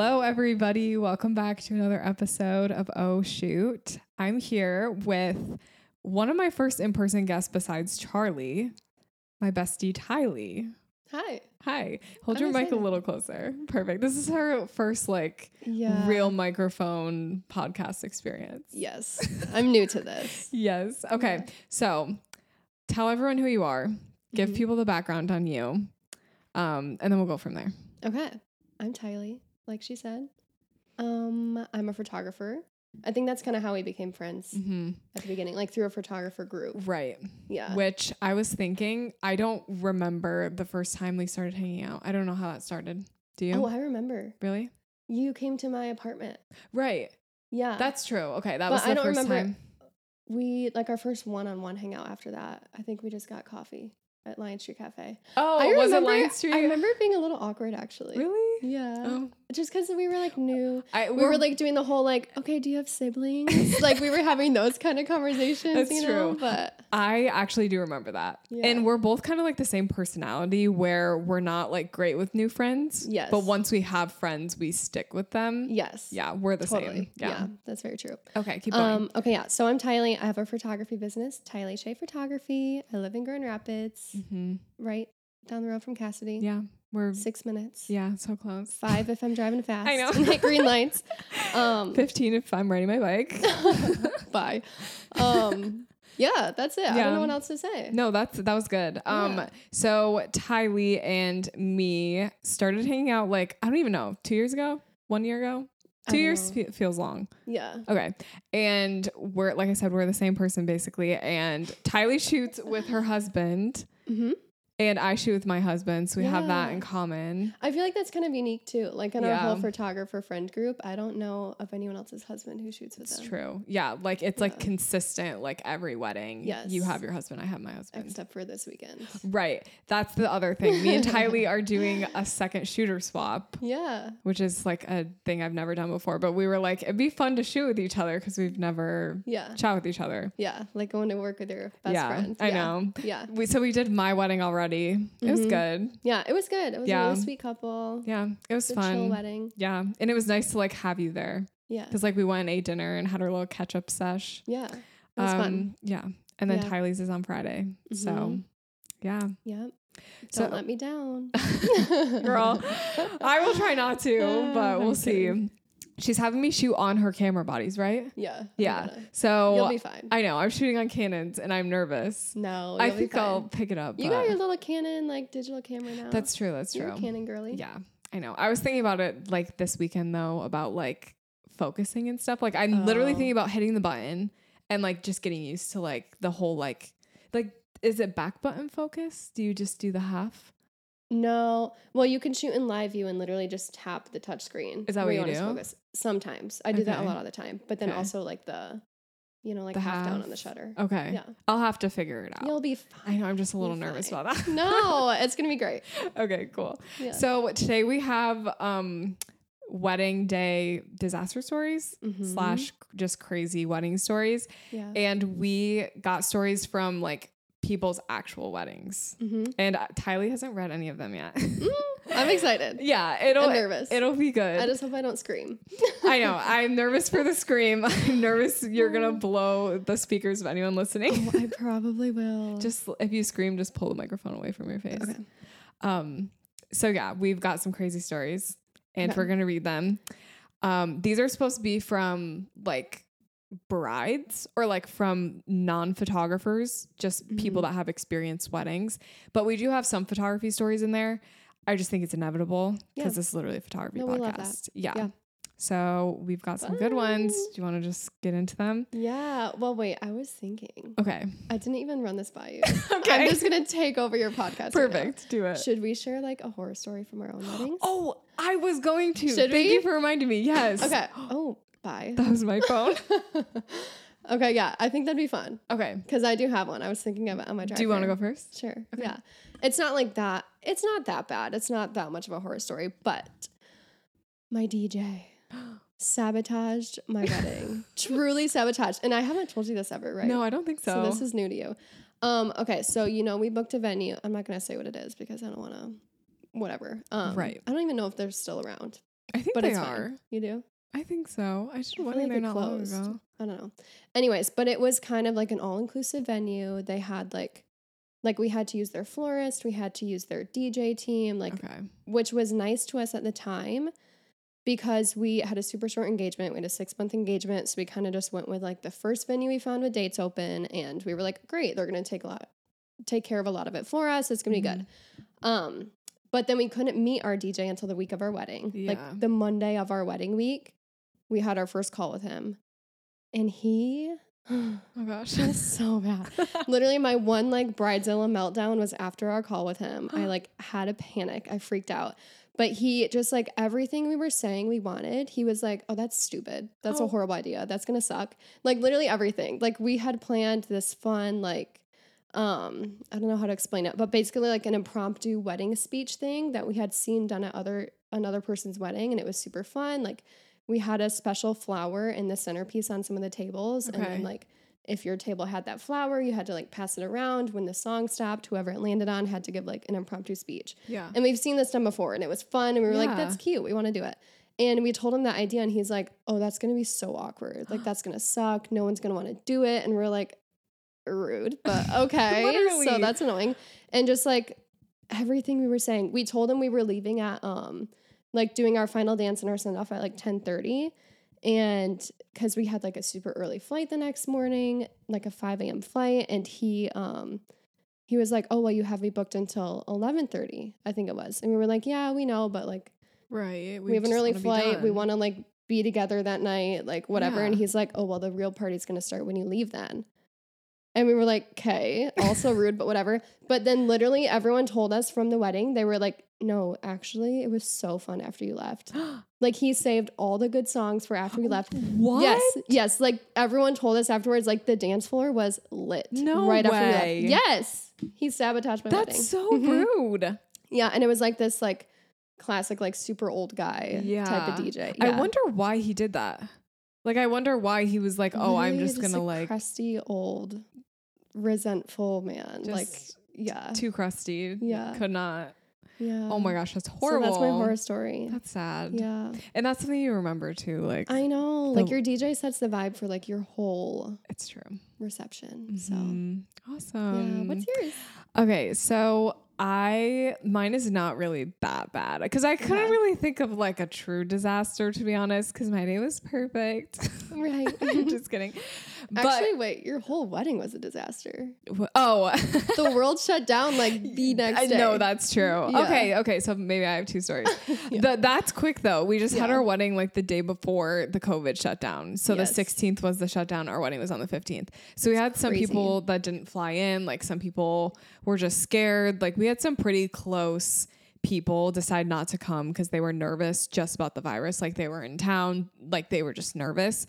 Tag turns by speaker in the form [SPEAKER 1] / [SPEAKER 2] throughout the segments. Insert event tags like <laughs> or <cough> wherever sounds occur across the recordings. [SPEAKER 1] everybody. Welcome back to another episode of Oh Shoot. I'm here with one of my first in person guests besides Charlie, my bestie, Tylee.
[SPEAKER 2] Hi.
[SPEAKER 1] Hi. Hold
[SPEAKER 2] I'm
[SPEAKER 1] your mic a
[SPEAKER 2] excited.
[SPEAKER 1] little closer. Perfect. This is her first, like, <laughs>
[SPEAKER 2] Yeah.
[SPEAKER 1] real microphone podcast experience.
[SPEAKER 2] Yes. I'm new to this.
[SPEAKER 1] Yes. Okay.
[SPEAKER 2] Yeah.
[SPEAKER 1] So tell everyone who you are, <laughs> give
[SPEAKER 2] Mhm.
[SPEAKER 1] people the background on you, um, and then we'll go from there.
[SPEAKER 2] Okay. I'm Tylee, like she said. Um, I'm a photographer. I think that's kind of how we became friends
[SPEAKER 1] Mm-hmm.
[SPEAKER 2] at the beginning, like through a photographer group.
[SPEAKER 1] Right.
[SPEAKER 2] Yeah.
[SPEAKER 1] Which I was thinking, I don't remember the first time we started hanging out. I don't know how that started. Do you?
[SPEAKER 2] Oh, I remember.
[SPEAKER 1] really?
[SPEAKER 2] You came to my apartment.
[SPEAKER 1] Right.
[SPEAKER 2] Yeah.
[SPEAKER 1] That's true. Okay. That
[SPEAKER 2] But
[SPEAKER 1] was the
[SPEAKER 2] I don't
[SPEAKER 1] first
[SPEAKER 2] remember-
[SPEAKER 1] time.
[SPEAKER 2] we like our first one-on-one hangout after that. I think we just got coffee at Lion Street Cafe.
[SPEAKER 1] Oh,
[SPEAKER 2] I
[SPEAKER 1] was it
[SPEAKER 2] remember-
[SPEAKER 1] Lion Street?
[SPEAKER 2] I remember it being a little awkward actually.
[SPEAKER 1] Really?
[SPEAKER 2] Yeah.
[SPEAKER 1] Oh.
[SPEAKER 2] Just because we were like new.
[SPEAKER 1] I,
[SPEAKER 2] we were like doing the whole like, okay, do you
[SPEAKER 1] <laughs>
[SPEAKER 2] have siblings? like we were having those kind of conversations,
[SPEAKER 1] That's
[SPEAKER 2] you know.
[SPEAKER 1] true.
[SPEAKER 2] But
[SPEAKER 1] I actually do remember that.
[SPEAKER 2] Yeah.
[SPEAKER 1] And we're both kind of like the same personality where we're not like great with new friends.
[SPEAKER 2] Yes.
[SPEAKER 1] But once we have friends, we stick with them.
[SPEAKER 2] yes,
[SPEAKER 1] Yeah, we're the
[SPEAKER 2] totally.
[SPEAKER 1] same.
[SPEAKER 2] Yeah.
[SPEAKER 1] Yeah.
[SPEAKER 2] that's very true.
[SPEAKER 1] Okay, keep going.
[SPEAKER 2] Um, okay, yeah. So I'm Tylee. I have a photography business, Tylee Shea Photography. I live in Grand Rapids,
[SPEAKER 1] Mhm.
[SPEAKER 2] right down the road from Cassidy.
[SPEAKER 1] Yeah. We're
[SPEAKER 2] Six minutes.
[SPEAKER 1] yeah, so close.
[SPEAKER 2] Five if I'm driving fast.
[SPEAKER 1] <laughs> I know.
[SPEAKER 2] and <laughs> hit
[SPEAKER 1] <laughs>
[SPEAKER 2] green lights. Um,
[SPEAKER 1] 15 if I'm riding my bike.
[SPEAKER 2] <laughs> bye. Um, yeah, that's it. I
[SPEAKER 1] Yeah.
[SPEAKER 2] don't know what else to say.
[SPEAKER 1] No, that's that was good. Um
[SPEAKER 2] Yeah.
[SPEAKER 1] so Tylee and me started hanging out like I don't even know, 2 years ago? 1 year ago?
[SPEAKER 2] I
[SPEAKER 1] 2
[SPEAKER 2] don't
[SPEAKER 1] years
[SPEAKER 2] know.
[SPEAKER 1] fe- feels long.
[SPEAKER 2] Yeah.
[SPEAKER 1] Okay. And we're like I said, we're the same person basically. And Tylee shoots with her husband
[SPEAKER 2] hmm
[SPEAKER 1] and I shoot with my husband. So we have that
[SPEAKER 2] Yeah.
[SPEAKER 1] in common.
[SPEAKER 2] I feel like that's kind of unique too. Like in our whole
[SPEAKER 1] Yeah.
[SPEAKER 2] photographer friend group, I don't know of anyone else's husband who shoots with
[SPEAKER 1] It's
[SPEAKER 2] them,
[SPEAKER 1] true. Yeah. Like it's like
[SPEAKER 2] Yeah.
[SPEAKER 1] consistent, like every wedding. You
[SPEAKER 2] Yes.
[SPEAKER 1] have your husband, I have my husband.
[SPEAKER 2] except for this weekend.
[SPEAKER 1] Right. That's the other thing. Me and
[SPEAKER 2] <laughs>
[SPEAKER 1] Tylee are doing a second shooter swap.
[SPEAKER 2] Yeah,
[SPEAKER 1] which is like a thing I've never done before. But we were like, it'd be fun to shoot with each other because we've never
[SPEAKER 2] yeah,
[SPEAKER 1] chat with each other.
[SPEAKER 2] yeah. Like going to work with your best
[SPEAKER 1] yeah,
[SPEAKER 2] friend.
[SPEAKER 1] I
[SPEAKER 2] yeah.
[SPEAKER 1] know.
[SPEAKER 2] Yeah,
[SPEAKER 1] We so we did my wedding already. It was
[SPEAKER 2] Mhm.
[SPEAKER 1] good.
[SPEAKER 2] yeah. It was good. It was
[SPEAKER 1] Yeah.
[SPEAKER 2] a really sweet couple.
[SPEAKER 1] Yeah, it was
[SPEAKER 2] It's a chill
[SPEAKER 1] fun.
[SPEAKER 2] wedding.
[SPEAKER 1] Yeah, and it was nice to like have you there
[SPEAKER 2] Yeah,
[SPEAKER 1] because like we went and ate dinner and had our little catch up sesh. Um,
[SPEAKER 2] yeah. It was fun.
[SPEAKER 1] Yeah, and then
[SPEAKER 2] Yeah.
[SPEAKER 1] Tylee's is on Friday, so
[SPEAKER 2] Mhm.
[SPEAKER 1] yeah,
[SPEAKER 2] Yeah. Don't
[SPEAKER 1] so-
[SPEAKER 2] let
[SPEAKER 1] <laughs>
[SPEAKER 2] me down,
[SPEAKER 1] girl, <laughs> I will try not
[SPEAKER 2] <laughs>
[SPEAKER 1] to, but
[SPEAKER 2] I'm
[SPEAKER 1] we'll see.
[SPEAKER 2] kidding.
[SPEAKER 1] She's having me shoot on her camera bodies, right?
[SPEAKER 2] Yeah. I'm
[SPEAKER 1] Yeah.
[SPEAKER 2] gonna-
[SPEAKER 1] So
[SPEAKER 2] You'll be fine.
[SPEAKER 1] I know. I'm shooting on cannons and I'm nervous.
[SPEAKER 2] no,
[SPEAKER 1] I
[SPEAKER 2] you'll be
[SPEAKER 1] think I'll
[SPEAKER 2] fine.
[SPEAKER 1] pick it up.
[SPEAKER 2] You got
[SPEAKER 1] but-
[SPEAKER 2] your little Canon like digital camera now.
[SPEAKER 1] that's true. That's
[SPEAKER 2] You're
[SPEAKER 1] true.
[SPEAKER 2] a Canon girly.
[SPEAKER 1] Yeah, I know. I was thinking about it like this weekend though, about like focusing and stuff. Like I'm literally
[SPEAKER 2] Oh.
[SPEAKER 1] thinking about hitting the button and like just getting used to like the whole like like is it back button focus? Do you just do the half?
[SPEAKER 2] No. Well, you can shoot in live view and literally just tap the touch screen.
[SPEAKER 1] Is that
[SPEAKER 2] where
[SPEAKER 1] what you
[SPEAKER 2] want us
[SPEAKER 1] do?
[SPEAKER 2] Focus. Sometimes. I do that a
[SPEAKER 1] Okay.
[SPEAKER 2] lot of the time. But then
[SPEAKER 1] Okay.
[SPEAKER 2] also like the you know, like
[SPEAKER 1] The
[SPEAKER 2] half, down
[SPEAKER 1] half.
[SPEAKER 2] on the shutter.
[SPEAKER 1] Okay,
[SPEAKER 2] Yeah.
[SPEAKER 1] I'll have to figure it out.
[SPEAKER 2] You'll be
[SPEAKER 1] I
[SPEAKER 2] fine.
[SPEAKER 1] know. I'm just a little
[SPEAKER 2] You're
[SPEAKER 1] nervous
[SPEAKER 2] fine.
[SPEAKER 1] about that.
[SPEAKER 2] No, it's gonna be great.
[SPEAKER 1] <laughs> okay. Cool.
[SPEAKER 2] Yeah.
[SPEAKER 1] So today we have um wedding day disaster stories
[SPEAKER 2] Mhm.
[SPEAKER 1] slash just crazy wedding stories.
[SPEAKER 2] yeah.
[SPEAKER 1] And we got stories from like people's actual weddings.
[SPEAKER 2] Mhm.
[SPEAKER 1] And uh, Tylee hasn't read any of them yet.
[SPEAKER 2] I'm
[SPEAKER 1] <laughs>
[SPEAKER 2] excited.
[SPEAKER 1] yeah, it'll
[SPEAKER 2] Mm. I'm nervous.
[SPEAKER 1] it'll be good.
[SPEAKER 2] I just hope I
[SPEAKER 1] <laughs>
[SPEAKER 2] don't scream.
[SPEAKER 1] I know.
[SPEAKER 2] <laughs>
[SPEAKER 1] I'm nervous for the scream. <laughs> I'm nervous you're gonna
[SPEAKER 2] Mm.
[SPEAKER 1] blow the speakers of anyone listening.
[SPEAKER 2] I probably will.
[SPEAKER 1] Just if you scream, just pull the microphone away from your face.
[SPEAKER 2] Mm. okay.
[SPEAKER 1] Um, so yeah, we've got some crazy stories and
[SPEAKER 2] Okay.
[SPEAKER 1] we're gonna read them. Um, these are supposed to be from like brides or like from non-photographers, just people
[SPEAKER 2] Mm-hmm.
[SPEAKER 1] that have experienced weddings. But we do have some photography stories in there. I just think it's inevitable
[SPEAKER 2] Yeah.
[SPEAKER 1] because this is literally a photography
[SPEAKER 2] No, we love that.
[SPEAKER 1] podcast. Yeah.
[SPEAKER 2] Yeah.
[SPEAKER 1] So we've got some good ones.
[SPEAKER 2] Fun.
[SPEAKER 1] Do you want to just get into them?
[SPEAKER 2] Yeah. Well, wait. I was
[SPEAKER 1] <laughs>
[SPEAKER 2] thinking. <laughs>
[SPEAKER 1] Okay.
[SPEAKER 2] I didn't even run this
[SPEAKER 1] <laughs>
[SPEAKER 2] by you.
[SPEAKER 1] Okay.
[SPEAKER 2] I'm just gonna take over your podcast. right now.
[SPEAKER 1] Perfect. Do it.
[SPEAKER 2] Should we share like a horror story from
[SPEAKER 1] <gasps>
[SPEAKER 2] our own weddings?
[SPEAKER 1] Oh, I was going to. Thank
[SPEAKER 2] Should we?
[SPEAKER 1] you for reminding me. Yes.
[SPEAKER 2] Okay. <gasps> Oh, bye.
[SPEAKER 1] <laughs> That was my
[SPEAKER 2] <laughs>
[SPEAKER 1] phone.
[SPEAKER 2] okay, yeah. I think that'd be fun
[SPEAKER 1] okay.
[SPEAKER 2] because I do have one. I was thinking of it on my drive.
[SPEAKER 1] Do you want to
[SPEAKER 2] here.
[SPEAKER 1] go first?
[SPEAKER 2] Sure. Yeah. It's not like that. It's not that bad. It's not that much of a horror story, but
[SPEAKER 1] <gasps>
[SPEAKER 2] my DJ sabotaged
[SPEAKER 1] <laughs>
[SPEAKER 2] my wedding. Truly sabotaged. And I haven't told you this ever, right?
[SPEAKER 1] No, I don't think so.
[SPEAKER 2] So this is new to you. Um, okay, so you know, we booked a venue. I'm not gonna say what it is because I don't wanna whatever. Um
[SPEAKER 1] Right.
[SPEAKER 2] I don't even know if they're still around.
[SPEAKER 1] I think
[SPEAKER 2] but
[SPEAKER 1] they
[SPEAKER 2] it's fine.
[SPEAKER 1] are.
[SPEAKER 2] You do?
[SPEAKER 1] I think so. I just
[SPEAKER 2] I feel
[SPEAKER 1] went in
[SPEAKER 2] like
[SPEAKER 1] there
[SPEAKER 2] it
[SPEAKER 1] not long
[SPEAKER 2] closed.
[SPEAKER 1] ago.
[SPEAKER 2] I don't know. Anyways, but it was kind of like an all-inclusive venue. They had like like we had to use their florist, we had to use their DJ team, like <gasps>
[SPEAKER 1] Okay.
[SPEAKER 2] which was nice to us at the time because we had a super short engagement. We had a 6-month engagement, so we kind of just went with like the first venue we found with dates open and we were like, "Great, they're going to take a lot take care of a lot of it for us. It's going to be good." Um but then we couldn't meet our DJ until the week of our wedding.
[SPEAKER 1] Yeah.
[SPEAKER 2] Like the Monday of our wedding week, we had our first call with him. And he
[SPEAKER 1] Oh gosh.
[SPEAKER 2] was so bad. Literally my one like bridezilla meltdown was after our call with him. I like had a panic. I freaked out. But he just like everything we were saying we wanted, he was like, "Oh, that's stupid. That's
[SPEAKER 1] Oh.
[SPEAKER 2] a horrible idea. That's going to suck." Like literally everything. Like we had planned this fun like um i don't know how to explain it but basically like an impromptu wedding speech thing that we had seen done at other another person's wedding and it was super fun like we had a special flower in the centerpiece on some of the tables and
[SPEAKER 1] Okay.
[SPEAKER 2] then like if your table had that flower you had to like pass it around when the song stopped whoever it landed on had to give like an impromptu speech
[SPEAKER 1] <laughs> yeah.
[SPEAKER 2] and we've seen this done before and it was fun and we were
[SPEAKER 1] Yeah.
[SPEAKER 2] like that's cute we want to do it and we told him that idea and he's like oh that's going to be so awkward
[SPEAKER 1] <gasps>
[SPEAKER 2] like that's going to suck no one's going to want to do it and we're like rude but okay so
[SPEAKER 1] Literally.
[SPEAKER 2] that's annoying and just like everything we were saying we told him we were leaving at um like doing our final dance and our send off at like 10:30 and because we had like a super early flight the next morning like a 5 a.m flight and he um he was like oh well you have me booked until 11.30 i think it was and we were like yeah we know but like
[SPEAKER 1] Right.
[SPEAKER 2] we, have an
[SPEAKER 1] just
[SPEAKER 2] early
[SPEAKER 1] wanna be
[SPEAKER 2] flight we
[SPEAKER 1] done.
[SPEAKER 2] want to like be together that night like whatever and
[SPEAKER 1] Yeah.
[SPEAKER 2] he's like oh well the real party's going to start when you leave then and we were like okay also rude but whatever but then literally everyone told us from the wedding they were like no actually it was so fun after you left like he saved all the good songs for after <gasps> we left
[SPEAKER 1] Oh, <gasps> What?
[SPEAKER 2] Yes, yes. Like everyone told us afterwards, like the dance floor was lit.
[SPEAKER 1] No
[SPEAKER 2] right
[SPEAKER 1] way.
[SPEAKER 2] after we left. Yes, he sabotaged my wedding.
[SPEAKER 1] That's so
[SPEAKER 2] Mhm.
[SPEAKER 1] rude.
[SPEAKER 2] Yeah, and it was like this like classic like super old guy type of
[SPEAKER 1] Yeah.
[SPEAKER 2] DJ.
[SPEAKER 1] I
[SPEAKER 2] Yeah.
[SPEAKER 1] wonder why he did that. Like, I wonder why he was like, "Oh, I'm
[SPEAKER 2] Literally
[SPEAKER 1] just, gonna
[SPEAKER 2] a
[SPEAKER 1] like
[SPEAKER 2] crusty old resentful man. like
[SPEAKER 1] Just
[SPEAKER 2] yeah,
[SPEAKER 1] too crusty."
[SPEAKER 2] Yeah.
[SPEAKER 1] could not.
[SPEAKER 2] yeah.
[SPEAKER 1] Oh my gosh, that's
[SPEAKER 2] So
[SPEAKER 1] horrible.
[SPEAKER 2] that's my horror story.
[SPEAKER 1] That's sad. <laughs>
[SPEAKER 2] Yeah,
[SPEAKER 1] and that's something you remember too. Like,
[SPEAKER 2] I know. Like
[SPEAKER 1] The-
[SPEAKER 2] your DJ sets the vibe for like your whole
[SPEAKER 1] it's true.
[SPEAKER 2] reception.
[SPEAKER 1] Mhm.
[SPEAKER 2] So
[SPEAKER 1] awesome.
[SPEAKER 2] Mm-hmm. yeah, what's yours?
[SPEAKER 1] <laughs> Okay, so I mine is not really that bad because I couldn't
[SPEAKER 2] Okay.
[SPEAKER 1] really think of like a true disaster to be honest because my day was perfect. <laughs>
[SPEAKER 2] Right.
[SPEAKER 1] I'm just kidding. But
[SPEAKER 2] <laughs> Actually, wait, your whole wedding was a disaster.
[SPEAKER 1] w- oh, <laughs>
[SPEAKER 2] The world shut down like the next
[SPEAKER 1] I
[SPEAKER 2] day.
[SPEAKER 1] know that's true.
[SPEAKER 2] Yeah.
[SPEAKER 1] Okay, okay, so maybe I have two
[SPEAKER 2] <laughs>
[SPEAKER 1] stories. Th- that's quick though. We just had
[SPEAKER 2] Yeah.
[SPEAKER 1] our wedding like the day before the COVID shutdown. So
[SPEAKER 2] Yes.
[SPEAKER 1] the 16th was the shutdown. Our wedding was on the 15th. So we had some
[SPEAKER 2] crazy.
[SPEAKER 1] people that didn't fly in. Like some people were just scared. Like we had some pretty close people decide not to come because they were nervous just about the virus. Like they were in town. Like they were just nervous.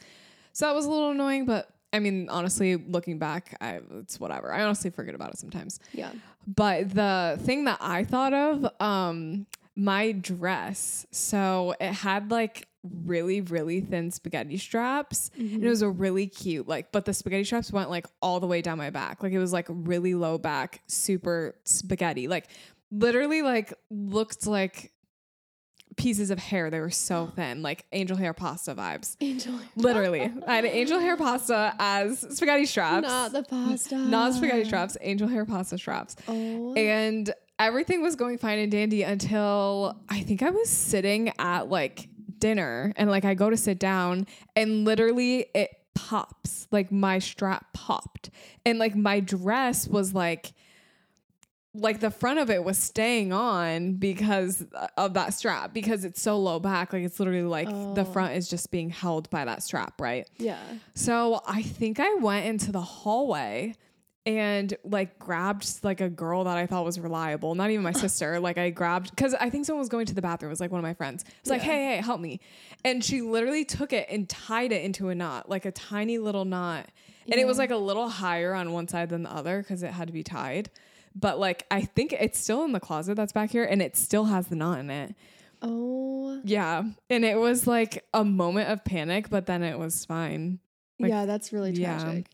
[SPEAKER 1] So that was a little annoying, but. I mean, honestly, looking back, I, it's whatever. I honestly forget about it sometimes.
[SPEAKER 2] Yeah.
[SPEAKER 1] But the thing that I thought of, um, my dress. So it had like really, really thin spaghetti straps. And
[SPEAKER 2] Mm-hmm.
[SPEAKER 1] it was a really cute, like, but the spaghetti straps went like all the way down my back. Like it was like really low back, super spaghetti. Like literally like looked like pieces of hair. They were
[SPEAKER 2] <gasps>
[SPEAKER 1] so thin, like angel hair pasta
[SPEAKER 2] <laughs>
[SPEAKER 1] vibes.
[SPEAKER 2] Angel.
[SPEAKER 1] Literally. I had angel hair pasta as spaghetti straps.
[SPEAKER 2] Not the pasta.
[SPEAKER 1] not spaghetti straps, angel hair pasta straps
[SPEAKER 2] Oh.
[SPEAKER 1] and everything was going fine and dandy until I think I was sitting at like dinner and like I go to sit down and literally it pops like my strap popped and like my dress was like like the front of it was staying on because of that strap because it's so low back like it's literally like the
[SPEAKER 2] Oh.
[SPEAKER 1] front is just being held by that strap right
[SPEAKER 2] yeah.
[SPEAKER 1] so I think I went into the hallway and like grabbed like a girl that I thought was reliable, not even my
[SPEAKER 2] <laughs>
[SPEAKER 1] sister. Like I grabbed because I think someone was going to the bathroom. It was like one of my friends. It was like,
[SPEAKER 2] Yeah.
[SPEAKER 1] hey, hey, help me. And she literally took it and tied it into a knot, like a tiny little knot. And it was
[SPEAKER 2] Yeah.
[SPEAKER 1] like a little higher on one side than the other because it had to be tied. But like I think it's still in the closet that's back here and it still has the knot in it.
[SPEAKER 2] Oh.
[SPEAKER 1] Yeah. And it was like a moment of panic, but then it was fine. Like,
[SPEAKER 2] yeah, that's really
[SPEAKER 1] yeah.
[SPEAKER 2] tragic.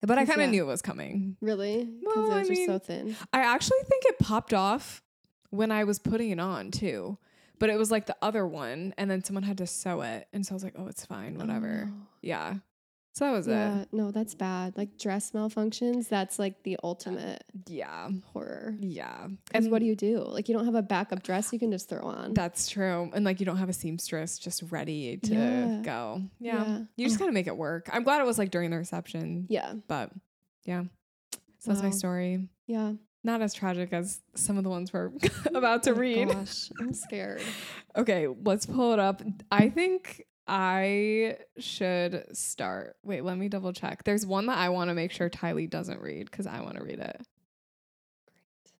[SPEAKER 1] But I
[SPEAKER 2] 'Cause,
[SPEAKER 1] kind of
[SPEAKER 2] yeah.
[SPEAKER 1] knew it was coming.
[SPEAKER 2] Really? Because
[SPEAKER 1] Well,
[SPEAKER 2] it
[SPEAKER 1] I
[SPEAKER 2] was just so
[SPEAKER 1] mean-
[SPEAKER 2] thin.
[SPEAKER 1] I actually think it popped off when I was putting it on too. But it was like the other one, and then someone had to sew it, and so I was like, oh, it's fine, whatever.
[SPEAKER 2] Oh.
[SPEAKER 1] Yeah. So that was
[SPEAKER 2] Yeah, no, that's bad. Like dress malfunctions, that's like the ultimate
[SPEAKER 1] it. Yeah.
[SPEAKER 2] horror.
[SPEAKER 1] Yeah.
[SPEAKER 2] And what do you do? Like you don't have a backup dress you can just throw on.
[SPEAKER 1] That's true. And like you don't have a seamstress just ready to
[SPEAKER 2] Yeah.
[SPEAKER 1] go. Yeah.
[SPEAKER 2] Yeah. Oh.
[SPEAKER 1] You just gotta make it work. I'm glad it was like during the reception.
[SPEAKER 2] yeah,
[SPEAKER 1] But yeah. So that's my
[SPEAKER 2] Wow.
[SPEAKER 1] story.
[SPEAKER 2] yeah.
[SPEAKER 1] Not as tragic as some of the ones we're <laughs> about to
[SPEAKER 2] Oh,
[SPEAKER 1] read.
[SPEAKER 2] Gosh, I'm scared.
[SPEAKER 1] Okay, let's pull it up. I think I should start. Wait, let me double check. There's one that I want to make sure Tylee doesn't read because I want to read it.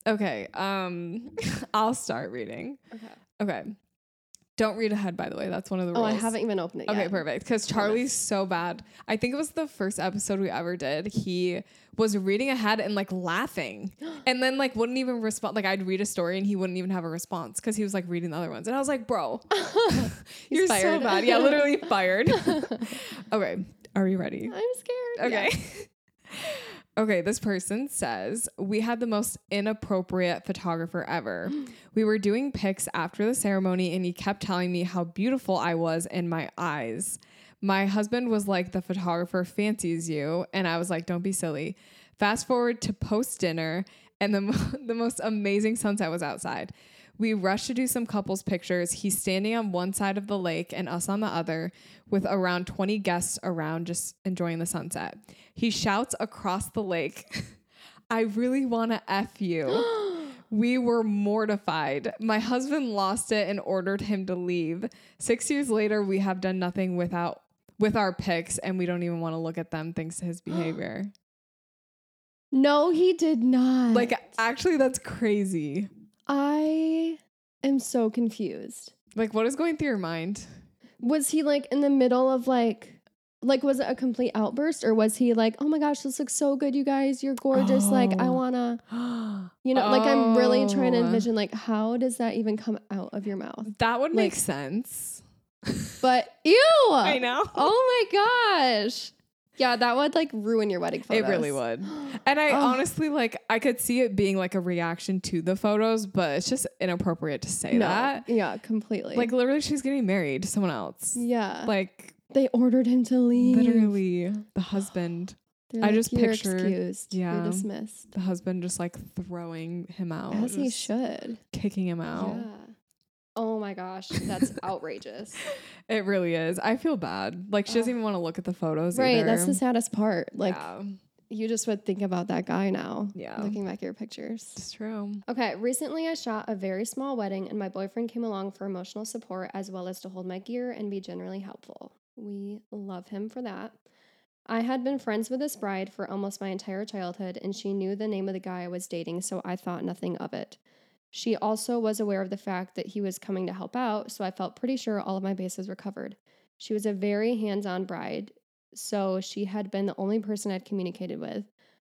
[SPEAKER 1] Okay, um, <laughs> I'll start reading.
[SPEAKER 2] Okay.
[SPEAKER 1] <laughs> Okay. Don't read ahead, by the way. That's one of the
[SPEAKER 2] Oh,
[SPEAKER 1] rules.
[SPEAKER 2] I haven't even opened it yet.
[SPEAKER 1] Okay, perfect. Because Charlie's so bad. I think it was the first episode we ever did. He was reading ahead and like laughing, and then like wouldn't even respond. Like I'd read a story and he wouldn't even have a response because he was like reading the other ones, and I was like, "Bro, you're so
[SPEAKER 2] fired.
[SPEAKER 1] bad." Yeah, literally fired. okay, are you ready?
[SPEAKER 2] I'm scared. <laughs>
[SPEAKER 1] Okay. okay, this person says, We had the most inappropriate photographer ever. we were doing pics after the ceremony, and he kept telling me how beautiful I was in my eyes. My husband was like, The photographer fancies you. And I was like, Don't be silly. Fast forward to post dinner, and the, mo- <laughs> the most amazing sunset was outside. We rush to do some couples pictures. He's standing on one side of the lake and us on the other, with around 20 guests around just enjoying the sunset. He shouts across the lake, I really want to F you. We were mortified. My husband lost it and ordered him to leave. Six years later, we have done nothing without with our pics, and we don't even want to look at them thanks to his behavior.
[SPEAKER 2] No, he did not.
[SPEAKER 1] like, actually, that's crazy.
[SPEAKER 2] I am so confused.
[SPEAKER 1] Like, what is going through your mind? <gasps>
[SPEAKER 2] Was he like in the middle of like like was it a complete outburst or was he like, "Oh my gosh, this looks so good, you guys. You're gorgeous. Like I
[SPEAKER 1] Oh.
[SPEAKER 2] want to, you know, like I'm really trying to
[SPEAKER 1] Oh.
[SPEAKER 2] envision like how does that even come out of your mouth?"
[SPEAKER 1] <laughs> That would make
[SPEAKER 2] Like- uh,
[SPEAKER 1] sense.
[SPEAKER 2] But ew.
[SPEAKER 1] I know.
[SPEAKER 2] Oh my gosh. Yeah, that would like ruin your wedding photos. Oh.
[SPEAKER 1] It really
[SPEAKER 2] <gasps>
[SPEAKER 1] would. And I
[SPEAKER 2] Ugh.
[SPEAKER 1] honestly like I could see it being like a reaction to the photos, but it's just inappropriate to say
[SPEAKER 2] No.
[SPEAKER 1] that.
[SPEAKER 2] Yeah, completely.
[SPEAKER 1] Like literally she's getting married to someone else.
[SPEAKER 2] yeah.
[SPEAKER 1] Like
[SPEAKER 2] they ordered him to leave.
[SPEAKER 1] literally the husband.
[SPEAKER 2] They're
[SPEAKER 1] I just
[SPEAKER 2] "You're
[SPEAKER 1] pictured-
[SPEAKER 2] excused.
[SPEAKER 1] yeah.
[SPEAKER 2] You're dismissed.
[SPEAKER 1] The husband just like throwing him out.
[SPEAKER 2] As he
[SPEAKER 1] just
[SPEAKER 2] should.
[SPEAKER 1] Kicking him out.
[SPEAKER 2] Yeah. Oh my gosh, that's
[SPEAKER 1] <laughs>
[SPEAKER 2] outrageous.
[SPEAKER 1] It really is. I feel bad. Like she doesn't
[SPEAKER 2] Ugh.
[SPEAKER 1] even want to look at the photos
[SPEAKER 2] right,
[SPEAKER 1] either.
[SPEAKER 2] that's the saddest part. Like
[SPEAKER 1] yeah.
[SPEAKER 2] you just would think about that guy now.
[SPEAKER 1] Yeah.
[SPEAKER 2] Looking back at your pictures.
[SPEAKER 1] It's true.
[SPEAKER 2] Okay, recently I shot a very small wedding and my boyfriend came along for emotional support as well as to hold my gear and be generally helpful. We love him for that. I had been friends with this bride for almost my entire childhood and she knew the name of the guy I was dating, so I thought nothing of it. She also was aware of the fact that he was coming to help out, so I felt pretty sure all of my bases were covered. She was a very hands on bride, so she had been the only person I'd communicated with.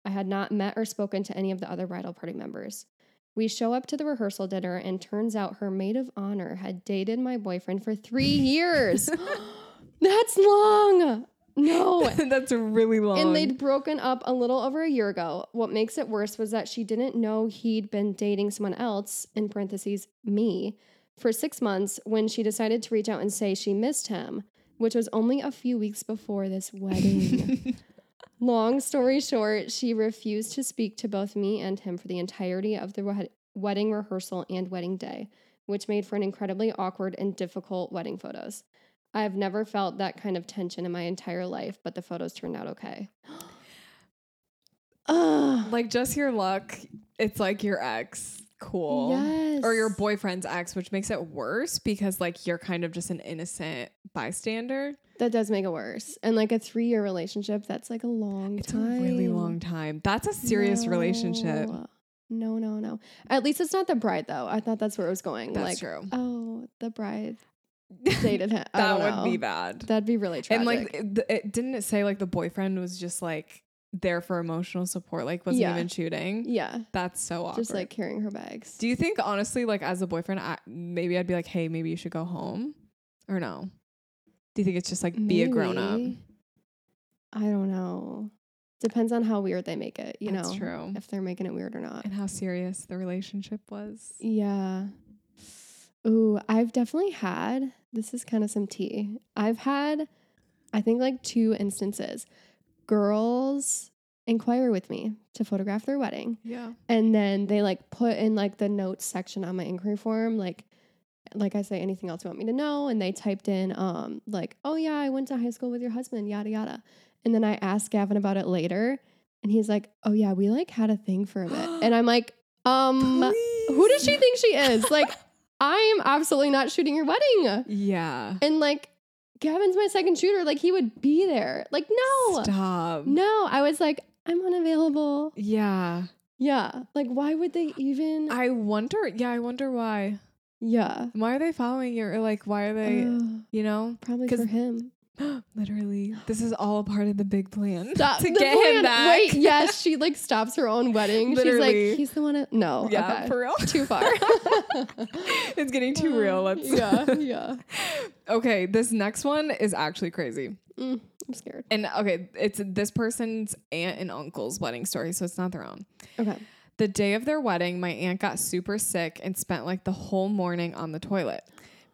[SPEAKER 2] I had not met or spoken to any of the other bridal party members. We show up to the rehearsal dinner, and turns out her maid of honor had dated my boyfriend for
[SPEAKER 1] <laughs>
[SPEAKER 2] three years. That's long. No.
[SPEAKER 1] that's really long.
[SPEAKER 2] And they'd broken up a little over a year ago. What makes it worse was that she didn't know he'd been dating someone else, in parentheses, me, for six months when she decided to reach out and say she missed him, which was only a few weeks before this wedding. Long story short, she refused to speak to both me and him for the entirety of the wed- wedding rehearsal and wedding day, which made for an incredibly awkward and difficult wedding photos. I've never felt that kind of tension in my entire life, but the photos turned
[SPEAKER 1] <gasps>
[SPEAKER 2] out okay. Ugh.
[SPEAKER 1] like just your luck it's like your ex cool
[SPEAKER 2] Yes.
[SPEAKER 1] or your boyfriend's ex which makes it worse because like you're kind of just an innocent bystander
[SPEAKER 2] That does make it worse. And like a three year relationship, that's like a long
[SPEAKER 1] it's
[SPEAKER 2] time.
[SPEAKER 1] a really long time that's a serious relationship
[SPEAKER 2] No. No, no, no. At least it's not the bride though. I thought that's where it was going.
[SPEAKER 1] that's
[SPEAKER 2] like,
[SPEAKER 1] true
[SPEAKER 2] Oh,
[SPEAKER 1] <laughs>
[SPEAKER 2] the bride dated him. I
[SPEAKER 1] that
[SPEAKER 2] don't
[SPEAKER 1] would
[SPEAKER 2] know.
[SPEAKER 1] be bad
[SPEAKER 2] That'd be really tragic.
[SPEAKER 1] and like it, th- it- didn't it say like the boyfriend was just like there for emotional support like wasn't
[SPEAKER 2] Yeah.
[SPEAKER 1] even shooting
[SPEAKER 2] yeah,
[SPEAKER 1] that's so awkward
[SPEAKER 2] just like carrying her bags.
[SPEAKER 1] do you think honestly like as a boyfriend I, maybe i'd be like hey maybe you should go home or no do you think it's just like be a grown up
[SPEAKER 2] Maybe. I don't know. Depends on how weird they make it. You
[SPEAKER 1] That's
[SPEAKER 2] know,
[SPEAKER 1] true.
[SPEAKER 2] if they're making it weird or not.
[SPEAKER 1] and how serious the relationship was.
[SPEAKER 2] Yeah. Ooh, I've definitely had this is kind of some tea. I've had, I think, like two instances. Girls inquire with me to photograph their wedding.
[SPEAKER 1] Yeah.
[SPEAKER 2] And then they like put in like the notes section on my inquiry form, like like I say, anything else you want me to know? And they typed in um like, oh yeah, I went to high school with your husband, yada yada. And then I asked Gavin about it later, and he's like, Oh yeah, we like had a thing for a bit. and I'm like, um, who does she think she is? Like, I'm absolutely not shooting your wedding.
[SPEAKER 1] Yeah.
[SPEAKER 2] And like, Gavin's my second shooter. Like, he would be there. Like, no,
[SPEAKER 1] Stop.
[SPEAKER 2] no. I was like, I'm unavailable.
[SPEAKER 1] Yeah.
[SPEAKER 2] Yeah. Like, why would they even?
[SPEAKER 1] I wonder. Yeah, I wonder why.
[SPEAKER 2] yeah.
[SPEAKER 1] Why are they following you? Or like, why are they?
[SPEAKER 2] Ugh,
[SPEAKER 1] you know, <gasps>
[SPEAKER 2] probably
[SPEAKER 1] 'cause
[SPEAKER 2] for him.
[SPEAKER 1] literally, this is all a part of the big plan <laughs>
[SPEAKER 2] Stop
[SPEAKER 1] to
[SPEAKER 2] the
[SPEAKER 1] get him
[SPEAKER 2] plan.
[SPEAKER 1] back. <laughs>
[SPEAKER 2] Wait, yes, she like stops her own wedding. She's
[SPEAKER 1] Literally.
[SPEAKER 2] like, he's the one.
[SPEAKER 1] <laughs>
[SPEAKER 2] At- no,
[SPEAKER 1] Yeah,
[SPEAKER 2] okay.
[SPEAKER 1] for real.
[SPEAKER 2] too far.
[SPEAKER 1] <laughs>
[SPEAKER 2] Mm,
[SPEAKER 1] it's getting too real. Let's.
[SPEAKER 2] <laughs> yeah, <laughs> yeah.
[SPEAKER 1] <laughs> okay, this next one is actually crazy.
[SPEAKER 2] Mm, I'm scared.
[SPEAKER 1] And okay, it's this person's aunt and uncle's wedding story, so it's not their own.
[SPEAKER 2] Okay.
[SPEAKER 1] The day of their wedding, my aunt got super sick and spent like the whole morning on the toilet.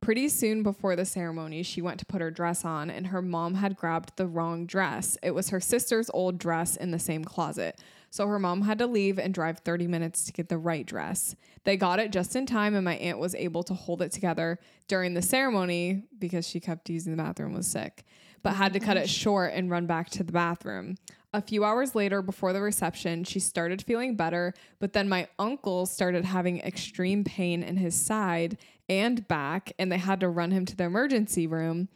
[SPEAKER 1] Pretty soon before the ceremony, she went to put her dress on, and her mom had grabbed the wrong dress. It was her sister's old dress in the same closet. So her mom had to leave and drive 30 minutes to get the right dress. They got it just in time, and my aunt was able to hold it together during the ceremony because she kept using the bathroom, was sick, but had to cut it short and run back to the bathroom. A few hours later, before the reception, she started feeling better, but then my uncle started having extreme pain in his side and back, and they had to run him to the emergency room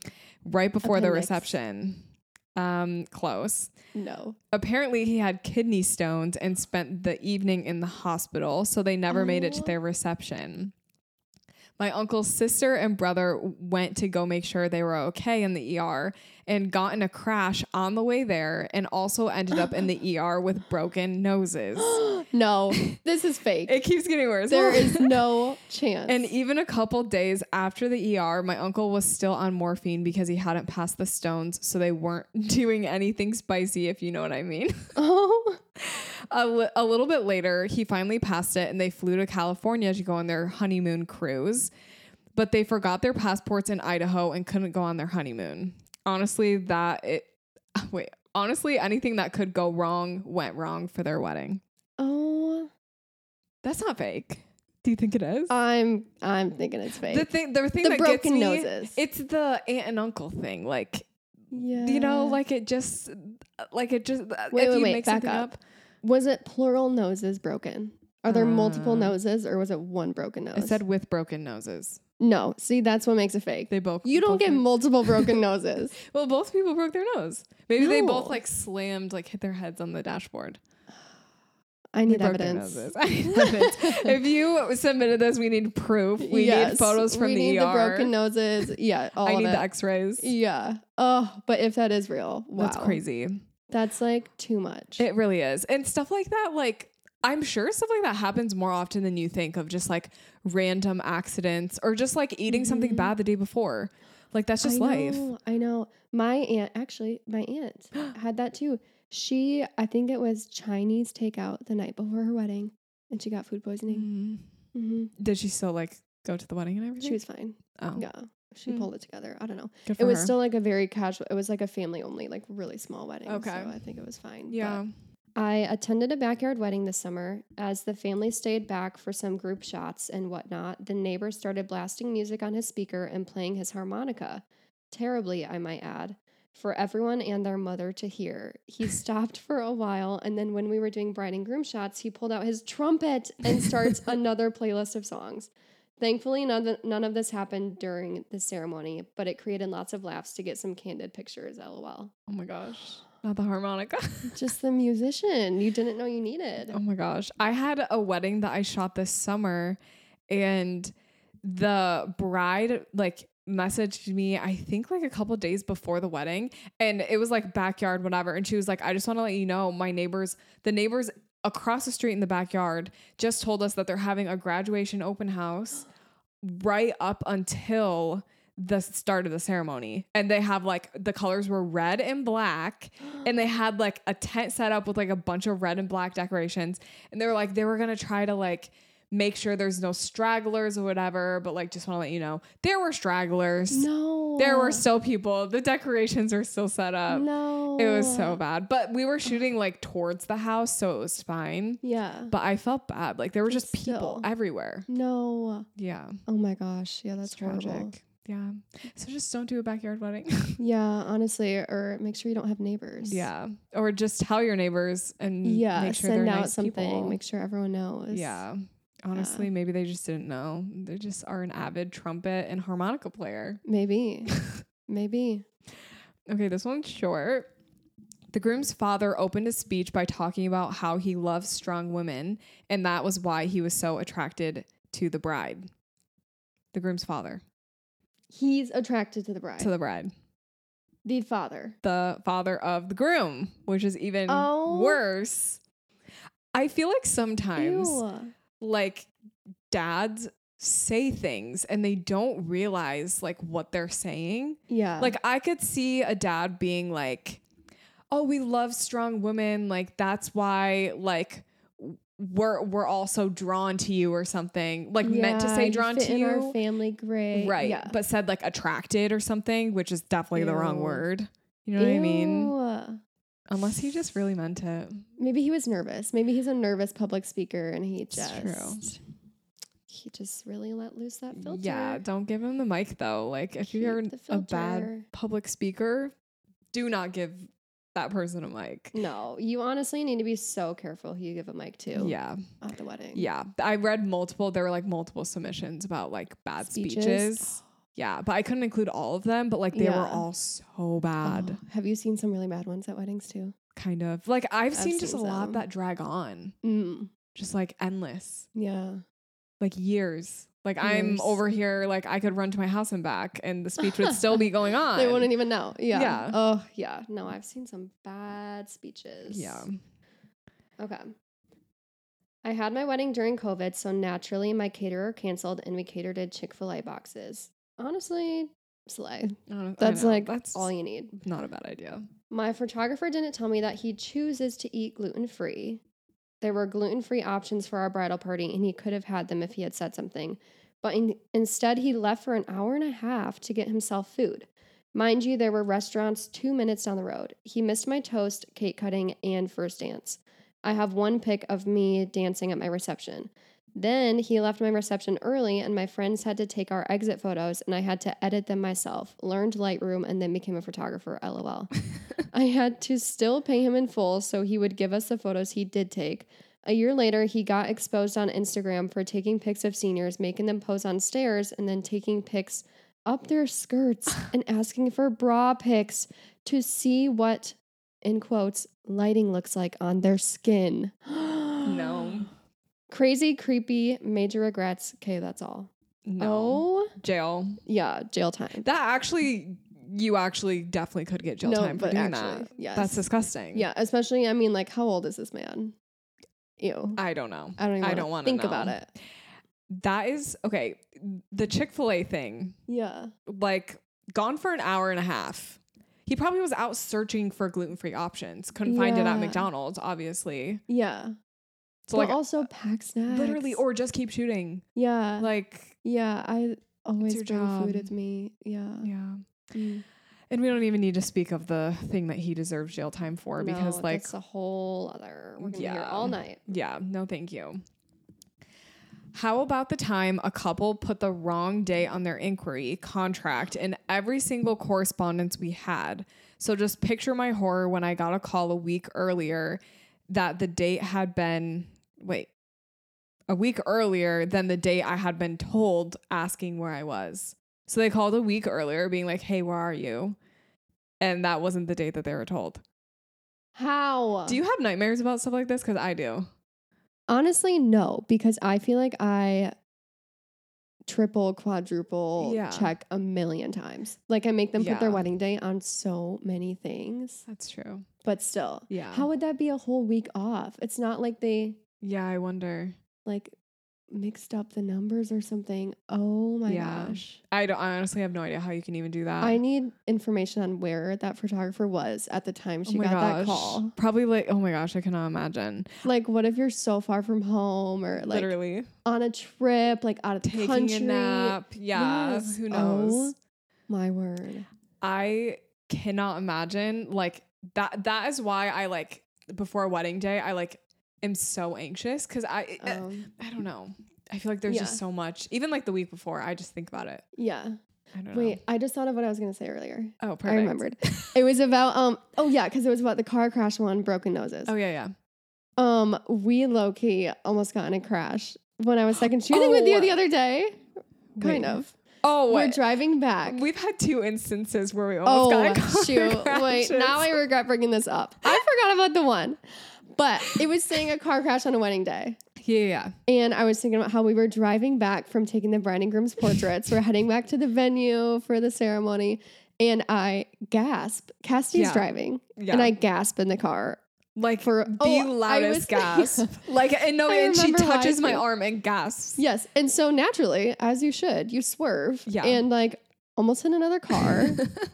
[SPEAKER 1] right before the
[SPEAKER 2] Appendix.
[SPEAKER 1] reception. Um, close.
[SPEAKER 2] No. <gasps>
[SPEAKER 1] Apparently, he had kidney stones and spent the evening in the hospital, so they never made it to
[SPEAKER 2] Oh.
[SPEAKER 1] their reception. My uncle's sister and brother went to go make sure they were okay in the ER and got in a crash on the way there and also ended up
[SPEAKER 2] <laughs>
[SPEAKER 1] in the ER with broken
[SPEAKER 2] <gasps>
[SPEAKER 1] noses. <laughs>
[SPEAKER 2] no, this is fake.
[SPEAKER 1] It keeps getting worse.
[SPEAKER 2] there
[SPEAKER 1] <laughs>
[SPEAKER 2] is no chance.
[SPEAKER 1] And e even a couple days after the ER, my uncle was still on morphine because he hadn't passed the stones, so they weren't <laughs> doing anything spicy, if you know what I mean.
[SPEAKER 2] oh,
[SPEAKER 1] A li- a little bit later, he finally passed it and they flew to California to go on their honeymoon cruise. But they forgot their passports in Idaho and couldn't go on their honeymoon. Honestly, that it <laughs> wait, honestly, anything that could go wrong went wrong for their wedding.
[SPEAKER 2] <laughs> oh,
[SPEAKER 1] That's not fake. Do you think it is?
[SPEAKER 2] I'm I'm thinking it's fake.
[SPEAKER 1] the thing the thing
[SPEAKER 2] The
[SPEAKER 1] that gets
[SPEAKER 2] broken
[SPEAKER 1] me,
[SPEAKER 2] noses.
[SPEAKER 1] It's the aunt and uncle thing. Like
[SPEAKER 2] yeah,
[SPEAKER 1] you know, like it just like it just
[SPEAKER 2] Mm.
[SPEAKER 1] uh,
[SPEAKER 2] Wait,
[SPEAKER 1] if
[SPEAKER 2] wait,
[SPEAKER 1] you
[SPEAKER 2] wait,
[SPEAKER 1] make
[SPEAKER 2] back
[SPEAKER 1] something
[SPEAKER 2] up.
[SPEAKER 1] up,
[SPEAKER 2] was it plural noses broken? Are there multiple
[SPEAKER 1] Uh,
[SPEAKER 2] noses or was it one broken nose?
[SPEAKER 1] it said with broken noses.
[SPEAKER 2] no. See, that's what makes it fake.
[SPEAKER 1] They both
[SPEAKER 2] you don't
[SPEAKER 1] both
[SPEAKER 2] get
[SPEAKER 1] were-
[SPEAKER 2] <laughs> multiple broken noses.
[SPEAKER 1] Well, both people broke their nose. Maybe they both
[SPEAKER 2] No.
[SPEAKER 1] like slammed, like hit their heads on the dashboard.
[SPEAKER 2] I
[SPEAKER 1] They
[SPEAKER 2] need
[SPEAKER 1] broke their
[SPEAKER 2] evidence.
[SPEAKER 1] noses. <laughs> I need evidence.
[SPEAKER 2] <laughs>
[SPEAKER 1] if you submitted this, we need proof. We need
[SPEAKER 2] Yes,
[SPEAKER 1] photos from
[SPEAKER 2] we
[SPEAKER 1] the
[SPEAKER 2] need
[SPEAKER 1] ER.
[SPEAKER 2] the broken noses.
[SPEAKER 1] <laughs>
[SPEAKER 2] Yeah, all
[SPEAKER 1] I
[SPEAKER 2] of
[SPEAKER 1] need
[SPEAKER 2] it.
[SPEAKER 1] the X-rays.
[SPEAKER 2] yeah. Oh, but if that is real, wow,
[SPEAKER 1] That's crazy.
[SPEAKER 2] That's like too much.
[SPEAKER 1] It really is, and stuff like that. Like I'm sure stuff like that happens more often than you think of. Just like random accidents, or just like eating something
[SPEAKER 2] Mhm.
[SPEAKER 1] bad the day before. Like that's just
[SPEAKER 2] I
[SPEAKER 1] life.
[SPEAKER 2] know, I know. My aunt, actually,
[SPEAKER 1] <gasps>
[SPEAKER 2] my aunt had that too. She, I think it was Chinese takeout the night before her wedding, and she got food poisoning.
[SPEAKER 1] Mm.
[SPEAKER 2] hmm
[SPEAKER 1] Did she still like go to the wedding and everything?
[SPEAKER 2] She was fine.
[SPEAKER 1] oh,
[SPEAKER 2] Yeah, she
[SPEAKER 1] Hmm.
[SPEAKER 2] pulled it together. I don't know.
[SPEAKER 1] good
[SPEAKER 2] It
[SPEAKER 1] for
[SPEAKER 2] was
[SPEAKER 1] her.
[SPEAKER 2] still like a very casual. It was like a family only, like really small wedding.
[SPEAKER 1] Okay.
[SPEAKER 2] so I think it was fine. but-
[SPEAKER 1] yeah.
[SPEAKER 2] I attended a backyard wedding this summer. As the family stayed back for some group shots and whatnot, the neighbor started blasting music on his speaker and playing his harmonica. Terribly, I might add, for everyone and their mother to hear. He stopped for a while, and then when we were doing bride and groom shots, he pulled out his trumpet and starts another playlist of songs. Thankfully, none of, none of this happened during the ceremony, but it created lots of laughs to get some candid pictures, lol.
[SPEAKER 1] Oh my gosh. Not the harmonica. <laughs>
[SPEAKER 2] Just the musician you didn't know you needed.
[SPEAKER 1] oh my gosh. I had a wedding that I shot this summer and the bride like messaged me I think like a couple days before the wedding and it was like backyard whatever and she was like I just want to let you know my neighbors the neighbors across the street in the backyard just told us that they're having a graduation open house right up until the start of the ceremony and they have like the colors were red and
[SPEAKER 2] <gasps>
[SPEAKER 1] black and they had like a tent set up with like a bunch of red and black decorations and they were like they were gonna try to like make sure there's no stragglers or whatever, but like just want to let you know there were stragglers.
[SPEAKER 2] No.
[SPEAKER 1] There were still people. The decorations are still set up.
[SPEAKER 2] No.
[SPEAKER 1] It was so bad. But we were shooting like towards the house, so it was fine.
[SPEAKER 2] Yeah.
[SPEAKER 1] But I felt bad. Like there were just people
[SPEAKER 2] Still.
[SPEAKER 1] everywhere.
[SPEAKER 2] no.
[SPEAKER 1] Yeah.
[SPEAKER 2] Oh my gosh. Yeah, that's
[SPEAKER 1] It's tragic.
[SPEAKER 2] horrible.
[SPEAKER 1] Yeah. So just don't do a backyard wedding.
[SPEAKER 2] Yeah, honestly, or make sure you don't have
[SPEAKER 1] <laughs>
[SPEAKER 2] neighbors.
[SPEAKER 1] yeah. Or just tell your neighbors and
[SPEAKER 2] Yeah.
[SPEAKER 1] make sure
[SPEAKER 2] send
[SPEAKER 1] they're
[SPEAKER 2] out
[SPEAKER 1] nice
[SPEAKER 2] something.
[SPEAKER 1] people.
[SPEAKER 2] Make sure everyone knows.
[SPEAKER 1] Yeah. Honestly, maybe they just didn't know. They just are an avid trumpet and harmonica player.
[SPEAKER 2] Maybe.
[SPEAKER 1] <laughs>
[SPEAKER 2] Maybe.
[SPEAKER 1] Okay, this one's short. The groom's father opened his speech by talking about how he loves strong women, and that was why he was so attracted to the bride. The groom's father.
[SPEAKER 2] He's attracted to the bride.
[SPEAKER 1] To the bride.
[SPEAKER 2] the father.
[SPEAKER 1] The father of the groom, which is even
[SPEAKER 2] Oh.
[SPEAKER 1] worse. I feel like sometimes
[SPEAKER 2] Ew.
[SPEAKER 1] like dads say things and they don't realize like what they're saying.
[SPEAKER 2] Yeah.
[SPEAKER 1] Like I could see a dad being like, "Oh, we love strong women. Like that's why like w- we're we're also drawn to you or something." Like meant to
[SPEAKER 2] Yeah,
[SPEAKER 1] say
[SPEAKER 2] you
[SPEAKER 1] drawn
[SPEAKER 2] fit
[SPEAKER 1] to
[SPEAKER 2] in
[SPEAKER 1] you.
[SPEAKER 2] Our family grade.
[SPEAKER 1] right.
[SPEAKER 2] Yeah.
[SPEAKER 1] But said like attracted or something, which is definitely the wrong
[SPEAKER 2] Ew.
[SPEAKER 1] word. You know what I mean?
[SPEAKER 2] Ew.
[SPEAKER 1] Unless he just really meant it.
[SPEAKER 2] Maybe he was nervous. Maybe he's a nervous public speaker and he
[SPEAKER 1] It's
[SPEAKER 2] just
[SPEAKER 1] true.
[SPEAKER 2] he just really let loose that filter.
[SPEAKER 1] Yeah, don't give him the mic though. Like if
[SPEAKER 2] Keep
[SPEAKER 1] you're
[SPEAKER 2] the
[SPEAKER 1] a bad
[SPEAKER 2] filter.
[SPEAKER 1] public speaker, do not give that person a mic.
[SPEAKER 2] No, you honestly need to be so careful who you give a mic to
[SPEAKER 1] Yeah.
[SPEAKER 2] at the wedding.
[SPEAKER 1] Yeah, I read multiple. There were like multiple submissions about like bad speeches.
[SPEAKER 2] Speeches.
[SPEAKER 1] Yeah, but I couldn't include all of them. But like they were
[SPEAKER 2] Yeah.
[SPEAKER 1] all so bad,
[SPEAKER 2] Oh, have you seen some really bad ones at weddings too?
[SPEAKER 1] kind of. Like I've,
[SPEAKER 2] I've
[SPEAKER 1] seen, just a
[SPEAKER 2] seen
[SPEAKER 1] lot
[SPEAKER 2] some.
[SPEAKER 1] that drag on,
[SPEAKER 2] Mm.
[SPEAKER 1] just like endless,
[SPEAKER 2] Yeah.
[SPEAKER 1] like years. Like I'm
[SPEAKER 2] Years.
[SPEAKER 1] over here, like I could run to my house and back, and the speech would still
[SPEAKER 2] <laughs>
[SPEAKER 1] be going on.
[SPEAKER 2] They wouldn't even know. Yeah.
[SPEAKER 1] Yeah.
[SPEAKER 2] Oh, yeah. No, I've seen some bad speeches.
[SPEAKER 1] Yeah.
[SPEAKER 2] Okay. I had my wedding during COVID, so naturally my caterer canceled and we catered in Chick fil A boxes. Honestly, slay.
[SPEAKER 1] Hon- I
[SPEAKER 2] That's
[SPEAKER 1] know,
[SPEAKER 2] like
[SPEAKER 1] that's
[SPEAKER 2] all you need.
[SPEAKER 1] not a bad
[SPEAKER 2] <gasps>
[SPEAKER 1] idea.
[SPEAKER 2] My photographer didn't tell me that he chooses to eat gluten free. There were gluten free options for our bridal party, and he could have had them if he had said something. But in, instead, he left for an hour and a half to get himself food. Mind you, there were restaurants two minutes down the road. He missed my toast, cake cutting, and first dance. I have one pic of me dancing at my reception. Then he left my reception early, and my friends had to take our exit photos, and I had to edit them myself. Learned Lightroom, and then became a photographer. LOL. I had to still pay him in full so he would give us the photos he did take. A year later, he got exposed on Instagram for taking pics of seniors, making them pose on stairs, and then taking pics up their skirts and asking for bra pics to see what, in quotes, lighting looks like on their skin. <gasps>
[SPEAKER 1] No.
[SPEAKER 2] Crazy, creepy, major regrets. Okay, that's all.
[SPEAKER 1] No
[SPEAKER 2] Oh,
[SPEAKER 1] jail.
[SPEAKER 2] yeah, jail time.
[SPEAKER 1] That actually, you actually definitely could get jail
[SPEAKER 2] No,
[SPEAKER 1] time for
[SPEAKER 2] but
[SPEAKER 1] doing
[SPEAKER 2] actually,
[SPEAKER 1] that.
[SPEAKER 2] yes.
[SPEAKER 1] That's disgusting.
[SPEAKER 2] Yeah, especially, I mean, like, how old is this man? Ew.
[SPEAKER 1] I don't know.
[SPEAKER 2] I don't even
[SPEAKER 1] I
[SPEAKER 2] wanna
[SPEAKER 1] don't wanna
[SPEAKER 2] think
[SPEAKER 1] know.
[SPEAKER 2] about it.
[SPEAKER 1] That is okay. The Chick fil A thing,
[SPEAKER 2] Yeah.
[SPEAKER 1] like gone for an hour and a half. He probably was out searching for gluten free options. Couldn't find it at
[SPEAKER 2] Yeah.
[SPEAKER 1] McDonald's, obviously.
[SPEAKER 2] Yeah.
[SPEAKER 1] So,
[SPEAKER 2] but
[SPEAKER 1] like,
[SPEAKER 2] also pack snacks.
[SPEAKER 1] literally, or just keep shooting.
[SPEAKER 2] yeah.
[SPEAKER 1] Like,
[SPEAKER 2] yeah, I always
[SPEAKER 1] your
[SPEAKER 2] bring
[SPEAKER 1] job.
[SPEAKER 2] food with me. Yeah.
[SPEAKER 1] yeah.
[SPEAKER 2] Mm.
[SPEAKER 1] And we don't even need to speak of the thing that he deserves jail time for because,
[SPEAKER 2] No,
[SPEAKER 1] like,
[SPEAKER 2] that's a whole other we're gonna be here
[SPEAKER 1] Yeah.
[SPEAKER 2] all night.
[SPEAKER 1] yeah, no, thank you. How about the time a couple put the wrong date on their inquiry contract in every single correspondence we had? So just picture my horror when I got a call a week earlier that the date had been, wait, a week earlier than the date I had been told asking where I was. So they called a week earlier being like, hey, where are you? And that wasn't the date that they were told.
[SPEAKER 2] How?
[SPEAKER 1] Do you have nightmares about stuff like this? Because I do.
[SPEAKER 2] honestly no? Because I feel like I triple, quadruple
[SPEAKER 1] Yeah.
[SPEAKER 2] check a million times. Like I make them put their
[SPEAKER 1] Yeah.
[SPEAKER 2] wedding day on so many things.
[SPEAKER 1] That's true.
[SPEAKER 2] But still.
[SPEAKER 1] Yeah.
[SPEAKER 2] How would that be a whole week off? It's not like they
[SPEAKER 1] Yeah, I wonder.
[SPEAKER 2] like mixed up the numbers or something. Oh my
[SPEAKER 1] Yeah.
[SPEAKER 2] gosh.
[SPEAKER 1] I don't. I honestly have no idea how you can even do that.
[SPEAKER 2] I need information on where that photographer was at the time
[SPEAKER 1] Oh
[SPEAKER 2] she got that call.
[SPEAKER 1] Probably like, oh my gosh, I cannot imagine.
[SPEAKER 2] Like, what if you're so far from home or like
[SPEAKER 1] Literally
[SPEAKER 2] on a trip, like out of the
[SPEAKER 1] taking
[SPEAKER 2] country?
[SPEAKER 1] a nap. Yeah,
[SPEAKER 2] Yes.
[SPEAKER 1] who knows?
[SPEAKER 2] Oh, my word.
[SPEAKER 1] I cannot imagine like that. That is why I like before a wedding day. I like am so anxious because I eh,
[SPEAKER 2] Um,
[SPEAKER 1] I don't know. I feel like there's
[SPEAKER 2] Yeah.
[SPEAKER 1] just so much. Even like the week before, I just think about it.
[SPEAKER 2] yeah.
[SPEAKER 1] I don't
[SPEAKER 2] Wait, I just thought of what I was gonna say earlier.
[SPEAKER 1] know. Oh, perfect.
[SPEAKER 2] I remembered.
[SPEAKER 1] <laughs>
[SPEAKER 2] It was about um oh yeah, because it was about the car crash one, broken noses.
[SPEAKER 1] Oh yeah, yeah.
[SPEAKER 2] Um, we low key almost got in a crash when I was second shooting with you
[SPEAKER 1] Oh.
[SPEAKER 2] the other day. Kind
[SPEAKER 1] Wait.
[SPEAKER 2] of.
[SPEAKER 1] Oh,
[SPEAKER 2] We're
[SPEAKER 1] wait.
[SPEAKER 2] driving back.
[SPEAKER 1] We've had two instances where we almost
[SPEAKER 2] oh
[SPEAKER 1] got <laughs> car
[SPEAKER 2] shoot! Wait,
[SPEAKER 1] crashes.
[SPEAKER 2] now I regret bringing this up. I forgot about the one, but it was saying a car crash on a wedding day,
[SPEAKER 1] yeah, yeah.
[SPEAKER 2] and I was thinking about how we were driving back from taking the bride and groom's portraits. we're heading back to the venue for the ceremony, and I gasp. Cassidy's
[SPEAKER 1] Yeah.
[SPEAKER 2] driving,
[SPEAKER 1] yeah.
[SPEAKER 2] and I gasp in the car.
[SPEAKER 1] like
[SPEAKER 2] for-
[SPEAKER 1] the
[SPEAKER 2] oh, I was- <laughs>
[SPEAKER 1] loudest gasp. Like and no,
[SPEAKER 2] I
[SPEAKER 1] and she
[SPEAKER 2] remember why
[SPEAKER 1] touches my
[SPEAKER 2] too.
[SPEAKER 1] arm and gasps.
[SPEAKER 2] Yes. And so naturally, as you should, you swerve
[SPEAKER 1] Yeah.
[SPEAKER 2] and like almost hit
[SPEAKER 1] <laughs>
[SPEAKER 2] another car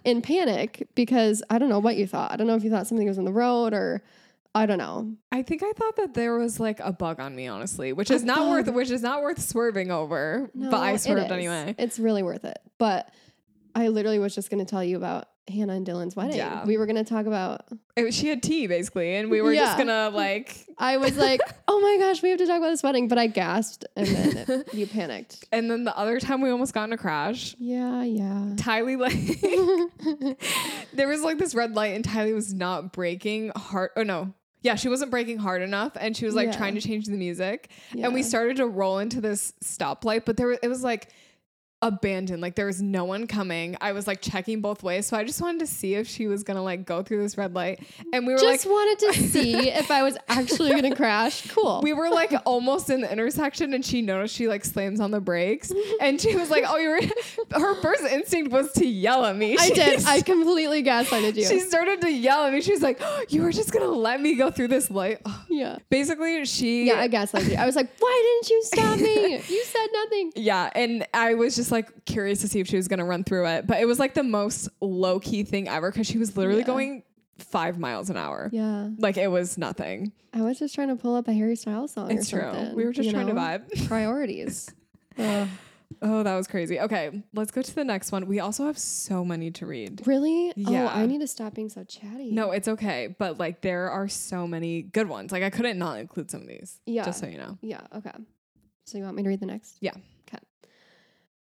[SPEAKER 2] in panic because I don't know what you thought. I don't know if you thought something was on the road or I don't know.
[SPEAKER 1] I think I thought that there was like a bug on me, honestly, which is
[SPEAKER 2] A
[SPEAKER 1] not worth
[SPEAKER 2] bug.
[SPEAKER 1] which is not worth swerving over. but
[SPEAKER 2] No,
[SPEAKER 1] I
[SPEAKER 2] it
[SPEAKER 1] swerved
[SPEAKER 2] is.
[SPEAKER 1] anyway.
[SPEAKER 2] It's really worth it. But I literally was just going to tell you about Hannah and Dylan's wedding.
[SPEAKER 1] Yeah.
[SPEAKER 2] We were going to talk about,
[SPEAKER 1] It was- she had tea basically, and we were just
[SPEAKER 2] Yeah.
[SPEAKER 1] gonna like
[SPEAKER 2] I <laughs> was like, oh my gosh, we have to talk about this wedding. But I gasped and then it- <laughs> you panicked.
[SPEAKER 1] and then the other time we almost got in a crash.
[SPEAKER 2] Yeah, <laughs> yeah.
[SPEAKER 1] Tylee like there was like this red light and Tylee was not breaking hard oh no. Yeah, she wasn't breaking hard enough and she was like
[SPEAKER 2] Yeah.
[SPEAKER 1] trying to change the music. And
[SPEAKER 2] Yeah.
[SPEAKER 1] we started to roll into this stoplight, but there was, it was like abandoned. Like there was no one coming. I was like checking both ways. So I just wanted to see if she was gonna like go through this red light. And we were
[SPEAKER 2] just
[SPEAKER 1] like
[SPEAKER 2] wanted <laughs> to see if I was actually going to crash. Cool.
[SPEAKER 1] we were
[SPEAKER 2] <laughs>
[SPEAKER 1] like almost in the intersection and she noticed she like slams on the
[SPEAKER 2] <laughs>
[SPEAKER 1] brakes and she was like, Oh, you were <laughs> her first instinct was to yell at me.
[SPEAKER 2] I
[SPEAKER 1] <laughs>
[SPEAKER 2] did.
[SPEAKER 1] She's-
[SPEAKER 2] I completely gaslighted you.
[SPEAKER 1] She started to yell at me. She's like, <gasps> "You were just gonna let me go through this light."
[SPEAKER 2] yeah.
[SPEAKER 1] <sighs> Basically, she
[SPEAKER 2] Yeah, I gaslighted you. I was like, why didn't you stop <laughs> me? You said nothing.
[SPEAKER 1] yeah, and I was just like curious to see if she was gonna run through it, but it was like the most low key thing ever because she was literally
[SPEAKER 2] Yeah.
[SPEAKER 1] going five miles an hour.
[SPEAKER 2] Yeah.
[SPEAKER 1] Like it was nothing.
[SPEAKER 2] I was just trying to pull up a Harry Styles song
[SPEAKER 1] It's
[SPEAKER 2] or
[SPEAKER 1] true.
[SPEAKER 2] something.
[SPEAKER 1] We were just
[SPEAKER 2] you
[SPEAKER 1] trying to
[SPEAKER 2] know?
[SPEAKER 1] vibe. <laughs>
[SPEAKER 2] <laughs> Priorities. Ugh.
[SPEAKER 1] Oh, that was crazy. Okay, let's go to the next one. We also have so many to read.
[SPEAKER 2] really?
[SPEAKER 1] Yeah.
[SPEAKER 2] Oh, I need to stop being so chatty.
[SPEAKER 1] No, it's okay, but like there are so many good ones. Like I couldn't not include some of these.
[SPEAKER 2] Yeah.
[SPEAKER 1] Just so you know.
[SPEAKER 2] Yeah, okay. So you want me to read the next?
[SPEAKER 1] Yeah.
[SPEAKER 2] Okay.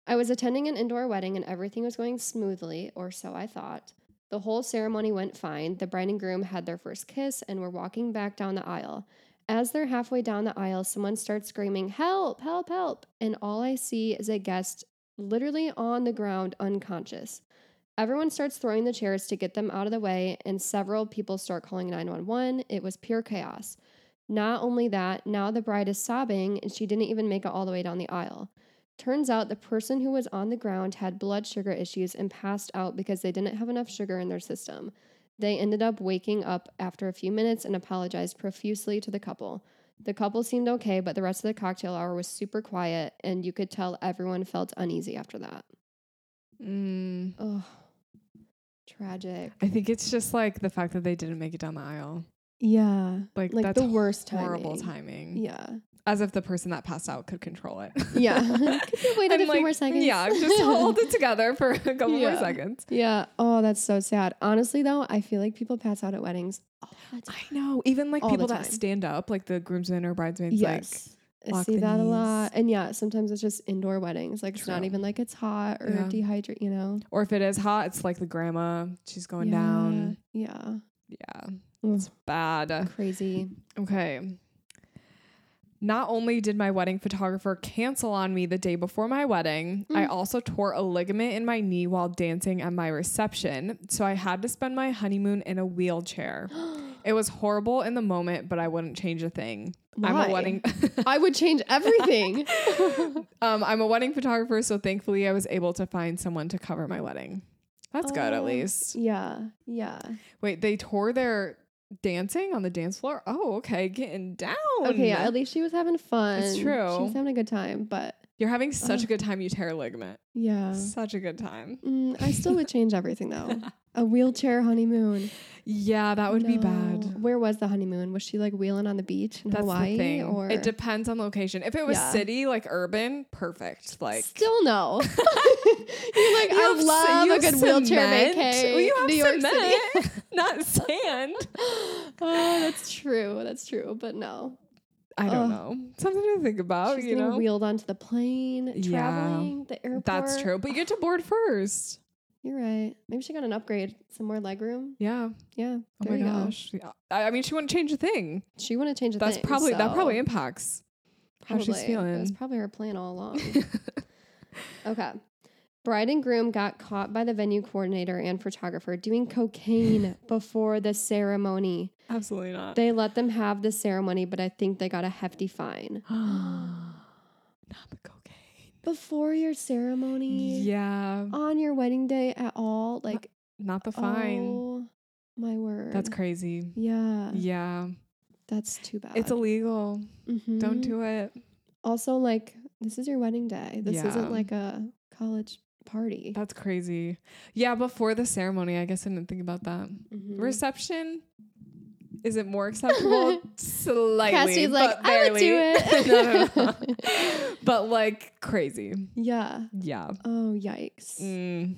[SPEAKER 2] I was attending an indoor wedding and everything was going smoothly, or so I thought. The whole ceremony went fine. The bride and groom had their first kiss and were walking back down the aisle. As they're halfway down the aisle, someone starts screaming, Help, help, help. And all I see is a guest literally on the ground, unconscious. Everyone starts throwing the chairs to get them out of the way, and several people start calling 911. It was pure chaos. Not only that, now the bride is sobbing and she didn't even make it all the way down the aisle. Turns out the person who was on the ground had blood sugar issues and passed out because they didn't have enough sugar in their system. They ended up waking up after a few minutes and apologized profusely to the couple. The couple seemed okay, but the rest of the cocktail hour was super quiet, and you could tell everyone felt uneasy after that.
[SPEAKER 1] Mm,
[SPEAKER 2] Ugh. Tragic.
[SPEAKER 1] I think it's just like the fact that they didn't make it down the aisle.
[SPEAKER 2] Yeah.
[SPEAKER 1] Like,
[SPEAKER 2] Like
[SPEAKER 1] that's
[SPEAKER 2] the worst
[SPEAKER 1] horrible
[SPEAKER 2] timing.
[SPEAKER 1] timing.
[SPEAKER 2] Yeah.
[SPEAKER 1] As if the person that passed out could control <laughs> it.
[SPEAKER 2] Yeah. Could you wait a
[SPEAKER 1] I'm
[SPEAKER 2] few
[SPEAKER 1] like,
[SPEAKER 2] more seconds?
[SPEAKER 1] Yeah, <laughs> just hold it together for a couple more
[SPEAKER 2] Yeah.
[SPEAKER 1] seconds.
[SPEAKER 2] <laughs> Yeah. Oh, that's so sad. Honestly, though, I feel like people pass out at weddings. all the time.
[SPEAKER 1] I know. Even like
[SPEAKER 2] All the
[SPEAKER 1] people that
[SPEAKER 2] time.
[SPEAKER 1] stand up, like the groomsmen or bridesmaids,
[SPEAKER 2] yes. I
[SPEAKER 1] lock
[SPEAKER 2] see
[SPEAKER 1] the
[SPEAKER 2] that a
[SPEAKER 1] knees.
[SPEAKER 2] lot. And yeah, sometimes it's just indoor weddings. Like, it's not
[SPEAKER 1] True.
[SPEAKER 2] even like it's hot or
[SPEAKER 1] Yeah.
[SPEAKER 2] dehydrate, you know?
[SPEAKER 1] like, or if it is hot, it's like the grandma, she's going down.
[SPEAKER 2] Yeah.
[SPEAKER 1] Yeah,
[SPEAKER 2] Ugh,
[SPEAKER 1] it's bad. <laughs>
[SPEAKER 2] crazy.
[SPEAKER 1] Okay. Not only did my wedding photographer cancel on me the day before my wedding, I
[SPEAKER 2] Mm.
[SPEAKER 1] also tore a ligament in my knee while dancing at my reception. So I had to spend my honeymoon in a
[SPEAKER 2] <gasps>
[SPEAKER 1] wheelchair. it was horrible in the moment, but I wouldn't change a thing. I'm
[SPEAKER 2] Why?
[SPEAKER 1] a wedding <laughs>
[SPEAKER 2] I would change everything.
[SPEAKER 1] um, I'm a wedding photographer, so thankfully I was able to find someone to cover my wedding. That's good at
[SPEAKER 2] Oh.
[SPEAKER 1] least.
[SPEAKER 2] yeah. Yeah.
[SPEAKER 1] Wait, they tore their dancing on the dance floor. Oh, okay, getting down.
[SPEAKER 2] Okay, yeah, at least she was having fun.
[SPEAKER 1] It's
[SPEAKER 2] She was
[SPEAKER 1] true.
[SPEAKER 2] having a good time, but
[SPEAKER 1] You're having such a
[SPEAKER 2] Ugh.
[SPEAKER 1] good time. You tear a ligament.
[SPEAKER 2] yeah.
[SPEAKER 1] Such a good time.
[SPEAKER 2] Mm, I still would change
[SPEAKER 1] <laughs>
[SPEAKER 2] everything though. A wheelchair honeymoon.
[SPEAKER 1] Yeah, that would be
[SPEAKER 2] No.
[SPEAKER 1] bad.
[SPEAKER 2] Where was the honeymoon? Was she like wheeling on the beach in
[SPEAKER 1] That's
[SPEAKER 2] Hawaii
[SPEAKER 1] the thing.
[SPEAKER 2] or
[SPEAKER 1] It depends on location. If it was
[SPEAKER 2] Yeah.
[SPEAKER 1] city, like urban, perfect. Like <laughs>
[SPEAKER 2] Still no. <laughs> You're like,
[SPEAKER 1] You
[SPEAKER 2] I
[SPEAKER 1] have ce-
[SPEAKER 2] love
[SPEAKER 1] you
[SPEAKER 2] a
[SPEAKER 1] have
[SPEAKER 2] good wheelchair
[SPEAKER 1] cement.
[SPEAKER 2] vacay.
[SPEAKER 1] Well, you have
[SPEAKER 2] New York
[SPEAKER 1] cement,
[SPEAKER 2] City. <laughs>
[SPEAKER 1] not sand.
[SPEAKER 2] oh, that's true. That's true. But no.
[SPEAKER 1] I don't
[SPEAKER 2] Ugh.
[SPEAKER 1] know. Something to think about.
[SPEAKER 2] She's
[SPEAKER 1] Oh, you
[SPEAKER 2] getting
[SPEAKER 1] know,
[SPEAKER 2] wheeled onto the plane,
[SPEAKER 1] Yeah.
[SPEAKER 2] traveling, the airport.
[SPEAKER 1] that's true. But you get to board first.
[SPEAKER 2] You're right. Maybe she got an upgrade, some more legroom.
[SPEAKER 1] Yeah.
[SPEAKER 2] Yeah.
[SPEAKER 1] Oh
[SPEAKER 2] there
[SPEAKER 1] my
[SPEAKER 2] you go.
[SPEAKER 1] gosh. Yeah. I, I mean, she wouldn't change a thing.
[SPEAKER 2] She wouldn't change a
[SPEAKER 1] That's
[SPEAKER 2] thing.
[SPEAKER 1] probably that
[SPEAKER 2] so
[SPEAKER 1] probably impacts how she's
[SPEAKER 2] probably. It was
[SPEAKER 1] feeling.
[SPEAKER 2] probably her plan all along. <laughs> okay. Bride and groom got caught by the venue coordinator and photographer
[SPEAKER 1] <laughs>
[SPEAKER 2] doing cocaine before the ceremony.
[SPEAKER 1] <laughs> Absolutely not.
[SPEAKER 2] They let them have the ceremony, but I think they got a
[SPEAKER 1] <gasps>
[SPEAKER 2] hefty fine. <gasps>
[SPEAKER 1] not the cocaine.
[SPEAKER 2] Before your ceremony?
[SPEAKER 1] Yeah,
[SPEAKER 2] On your wedding day at all? Like,
[SPEAKER 1] not the fine.
[SPEAKER 2] oh my word.
[SPEAKER 1] That's crazy.
[SPEAKER 2] Yeah.
[SPEAKER 1] Yeah,
[SPEAKER 2] That's too bad. Mm-hmm.
[SPEAKER 1] it's illegal. Don't do it.
[SPEAKER 2] Also, like, this is your wedding day. This
[SPEAKER 1] Yeah.
[SPEAKER 2] isn't like a college party.
[SPEAKER 1] That's crazy. Yeah, before the ceremony, I guess I didn't think about that.
[SPEAKER 2] Mhm.
[SPEAKER 1] Reception, is it more
[SPEAKER 2] <laughs>
[SPEAKER 1] acceptable? Slightly.
[SPEAKER 2] Cassie's like,
[SPEAKER 1] but
[SPEAKER 2] I would do
[SPEAKER 1] barely. <laughs>
[SPEAKER 2] it.
[SPEAKER 1] no, no,
[SPEAKER 2] <laughs>
[SPEAKER 1] no. but like crazy.
[SPEAKER 2] Yeah.
[SPEAKER 1] Yeah.
[SPEAKER 2] Oh, yikes.
[SPEAKER 1] Mm.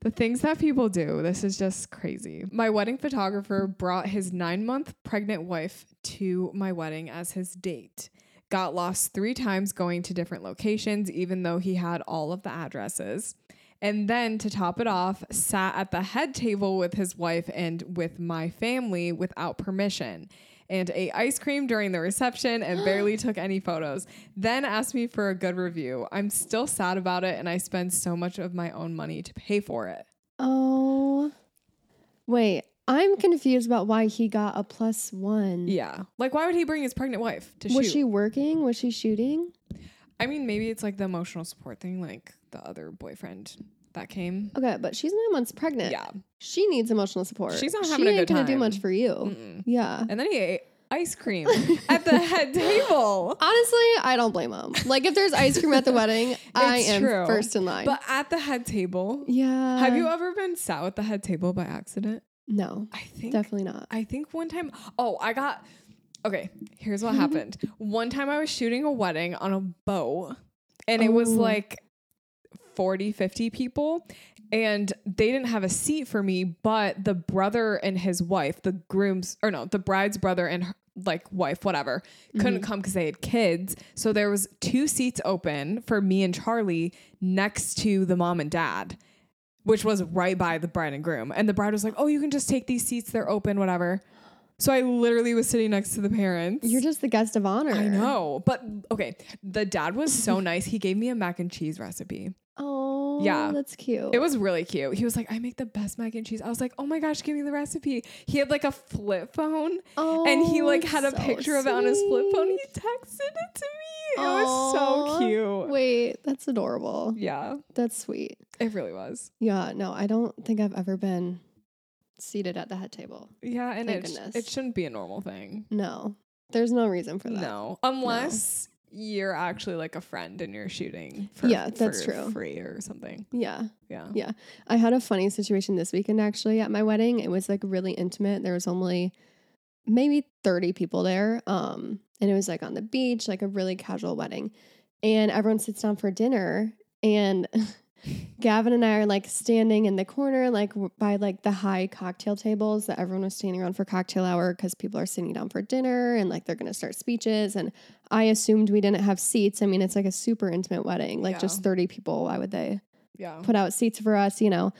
[SPEAKER 1] The things that people do, this is just crazy. My wedding photographer brought his nine month pregnant wife to my wedding as his date. Got lost three times going to different locations, even though he had all of the addresses. And then to top it off, sat at the head table with his wife and with my family without permission and ate ice cream during the reception and
[SPEAKER 2] <gasps>
[SPEAKER 1] barely took any photos. Then asked me for a good review. I'm still sad about it and I spend so much of my own money to pay for it.
[SPEAKER 2] Oh. Wait, I'm confused about why he got a plus one.
[SPEAKER 1] Yeah. Like why would he bring his pregnant wife to
[SPEAKER 2] Was
[SPEAKER 1] shoot?
[SPEAKER 2] Mm. she working? Was she shooting?
[SPEAKER 1] I mean maybe it's like the emotional support thing like the other boyfriend that came.
[SPEAKER 2] Okay, but she's nine months pregnant.
[SPEAKER 1] Yeah.
[SPEAKER 2] She needs emotional support.
[SPEAKER 1] She's not
[SPEAKER 2] She
[SPEAKER 1] having a
[SPEAKER 2] ain't
[SPEAKER 1] good
[SPEAKER 2] gonna do
[SPEAKER 1] time.
[SPEAKER 2] much for you.
[SPEAKER 1] Mm-mm.
[SPEAKER 2] Yeah.
[SPEAKER 1] And then he ate ice
[SPEAKER 2] <laughs>
[SPEAKER 1] cream at the head table.
[SPEAKER 2] Honestly, I don't blame him. Like, if there's ice cream
[SPEAKER 1] <laughs>
[SPEAKER 2] at the wedding, I
[SPEAKER 1] It's
[SPEAKER 2] am
[SPEAKER 1] true.
[SPEAKER 2] first in line.
[SPEAKER 1] But at the head table,
[SPEAKER 2] yeah.
[SPEAKER 1] Have you ever been sat at the head table by accident?
[SPEAKER 2] No,
[SPEAKER 1] I think
[SPEAKER 2] definitely not.
[SPEAKER 1] I think one time oh, I got Okay, here's what happened. One time I was shooting a wedding on a boat and it was
[SPEAKER 2] Oh.
[SPEAKER 1] like 40, 50 people and they didn't have a seat for me, but the brother and his wife, the groom's or no, the bride's brother and her, like wife whatever, couldn't come cuz they had kids. So there was two seats open for me and Charlie next to the mom and dad which was right by the bride and groom. And the bride was like, "Oh, you can just take these seats; they're open, whatever." So I literally was sitting next to the parents.
[SPEAKER 2] You're just the guest of honor.
[SPEAKER 1] I know, but okay. The dad was so nice. He gave me a mac and cheese recipe.
[SPEAKER 2] Oh,
[SPEAKER 1] Yeah.
[SPEAKER 2] That's cute.
[SPEAKER 1] It was really cute. He was like, "I make the best mac and cheese." I was like, "Oh my gosh, give me the recipe." He had like a flip phone,
[SPEAKER 2] oh,
[SPEAKER 1] and he like
[SPEAKER 2] it's
[SPEAKER 1] had a
[SPEAKER 2] so
[SPEAKER 1] picture of it on his flip phone. He <laughs>
[SPEAKER 2] sweet.
[SPEAKER 1] texted it to me. It was so
[SPEAKER 2] Aw.
[SPEAKER 1] cute.
[SPEAKER 2] Wait, that's adorable.
[SPEAKER 1] Yeah,
[SPEAKER 2] That's sweet.
[SPEAKER 1] it really was.
[SPEAKER 2] Yeah, no, I don't think I've ever been seated at the head table.
[SPEAKER 1] Yeah, and
[SPEAKER 2] Thank
[SPEAKER 1] it, sh-
[SPEAKER 2] goodness.
[SPEAKER 1] it shouldn't be a normal thing.
[SPEAKER 2] No, there's no reason for that.
[SPEAKER 1] No, unless you're actually like a friend and you're shooting. For,
[SPEAKER 2] Yeah, that's
[SPEAKER 1] for
[SPEAKER 2] true.
[SPEAKER 1] Free or something.
[SPEAKER 2] Yeah.
[SPEAKER 1] Yeah.
[SPEAKER 2] Yeah. I had a funny situation this weekend actually at my wedding. It was like really intimate. There was only maybe 30 people there. Um, and it was like on the beach, like a really casual wedding. And everyone sits down for dinner and <laughs> Gavin and I are like standing in the corner, like w- by like the high cocktail tables that everyone was standing around for cocktail hour because people are sitting down for dinner and like they're gonna start speeches. And I assumed we didn't have seats. I mean, it's like a super intimate wedding, like
[SPEAKER 1] Yeah.
[SPEAKER 2] just 30 people. Why would they
[SPEAKER 1] Yeah.
[SPEAKER 2] put out seats for us, you know.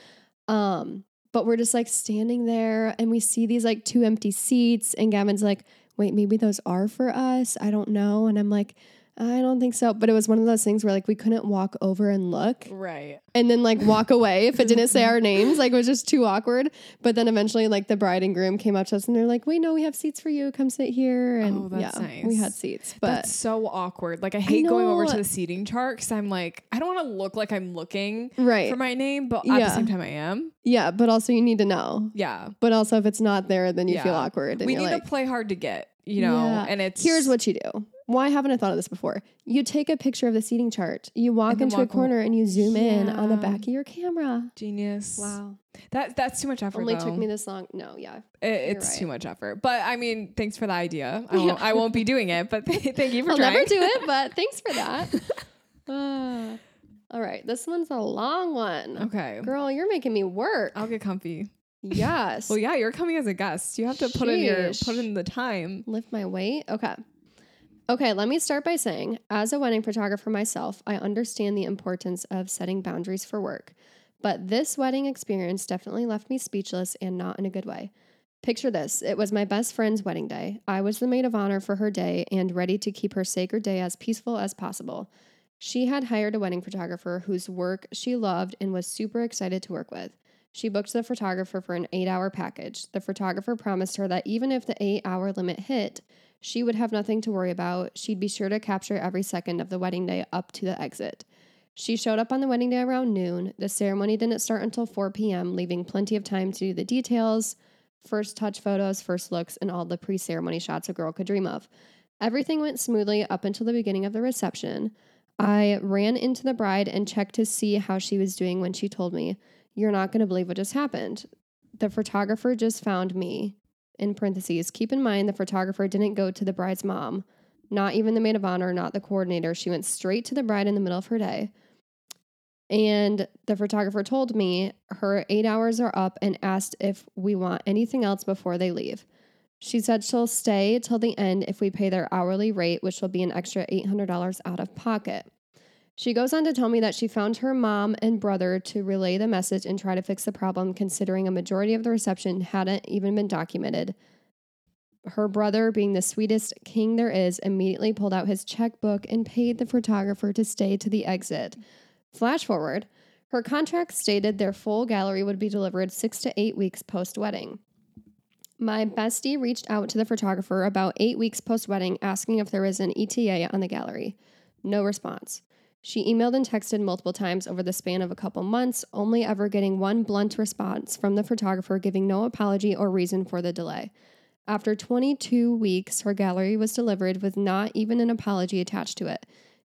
[SPEAKER 2] Um, but we're just like standing there and we see these like two empty seats, and Gavin's like, wait, maybe those are for us. I don't know. And I'm like, I don't think so. But it was one of those things where like we couldn't walk over and look
[SPEAKER 1] Right.
[SPEAKER 2] and then like walk away if it didn't say our names. Like it was just too awkward. But then eventually like the bride and groom came up to us and they're like, Wait, no, we have seats for you. Come sit here. And
[SPEAKER 1] Oh, that's
[SPEAKER 2] yeah,
[SPEAKER 1] nice.
[SPEAKER 2] we had seats. But
[SPEAKER 1] That's so awkward. Like I hate going over to
[SPEAKER 2] know.
[SPEAKER 1] the seating chart because I'm like, I don't want to look like I'm looking
[SPEAKER 2] right.
[SPEAKER 1] for my name, but at the
[SPEAKER 2] Yeah.
[SPEAKER 1] same time I am.
[SPEAKER 2] yeah, but also you need to know.
[SPEAKER 1] Yeah.
[SPEAKER 2] But also if it's not there, then you feel
[SPEAKER 1] Yeah.
[SPEAKER 2] awkward. And
[SPEAKER 1] we
[SPEAKER 2] you're
[SPEAKER 1] need
[SPEAKER 2] like,
[SPEAKER 1] to play hard to get, you know.
[SPEAKER 2] Yeah.
[SPEAKER 1] And it's
[SPEAKER 2] Here's what you do. Why haven't I thought of this before? You take a picture of the seating chart, you walk
[SPEAKER 1] And then
[SPEAKER 2] into a
[SPEAKER 1] walk o-
[SPEAKER 2] corner, and you zoom in on the
[SPEAKER 1] Yeah.
[SPEAKER 2] back of your camera.
[SPEAKER 1] genius. That that's too much effort.
[SPEAKER 2] Only
[SPEAKER 1] though.
[SPEAKER 2] took me this long. No, yeah.
[SPEAKER 1] It- it's
[SPEAKER 2] right.
[SPEAKER 1] too much effort. But I mean, thanks for the idea. I
[SPEAKER 2] Yeah.
[SPEAKER 1] won't, I won't be doing it, but <laughs> thank you for
[SPEAKER 2] I'll
[SPEAKER 1] trying.
[SPEAKER 2] never do it, but thanks
[SPEAKER 1] <laughs>
[SPEAKER 2] for that. Uh, all right. This one's a long one.
[SPEAKER 1] okay.
[SPEAKER 2] Girl, you're making me work.
[SPEAKER 1] I'll get comfy.
[SPEAKER 2] yes.
[SPEAKER 1] Well, yeah, you're coming as a guest. You have to put in your put
[SPEAKER 2] Sheesh.
[SPEAKER 1] in the time.
[SPEAKER 2] um, Lift my weight. Okay. Okay, let me start by saying, as a wedding photographer myself, I understand the importance of setting boundaries for work. But this wedding experience definitely left me speechless and not in a good way. Picture this it was my best friend's wedding day. I was the maid of honor for her day and ready to keep her sacred day as peaceful as possible. She had hired a wedding photographer whose work she loved and was super excited to work with. She booked the photographer for an eight hour package. The photographer promised her that even if the eight hour limit hit, she would have nothing to worry about. She'd be sure to capture every second of the wedding day up to the exit. She showed up on the wedding day around noon. The ceremony didn't start until 4 p.m., leaving plenty of time to do the details, first touch photos, first looks, and all the pre ceremony shots a girl could dream of. Everything went smoothly up until the beginning of the reception. I ran into the bride and checked to see how she was doing when she told me, You're not going to believe what just happened. The photographer just found me. In parentheses, keep in mind the photographer didn't go to the bride's mom, not even the maid of honor, not the coordinator. She went straight to the bride in the middle of her day. And the photographer told me her eight hours are up and asked if we want anything else before they leave. She said she'll stay till the end if we pay their hourly rate, which will be an extra $800 out of pocket. She goes on to tell me that she found her mom and brother to relay the message and try to fix the problem, considering a majority of the reception hadn't even been documented. Her brother, being the sweetest king there is, immediately pulled out his checkbook and paid the photographer to stay to the exit. Flash forward, her contract stated their full gallery would be delivered six to eight weeks post wedding. My bestie reached out to the photographer about eight weeks post wedding asking if there was an ETA on the gallery. No response. She emailed and texted multiple times over the span of a couple months, only ever getting one blunt response from the photographer giving no apology or reason for the delay. After 22 weeks, her gallery was delivered with not even an apology attached to it.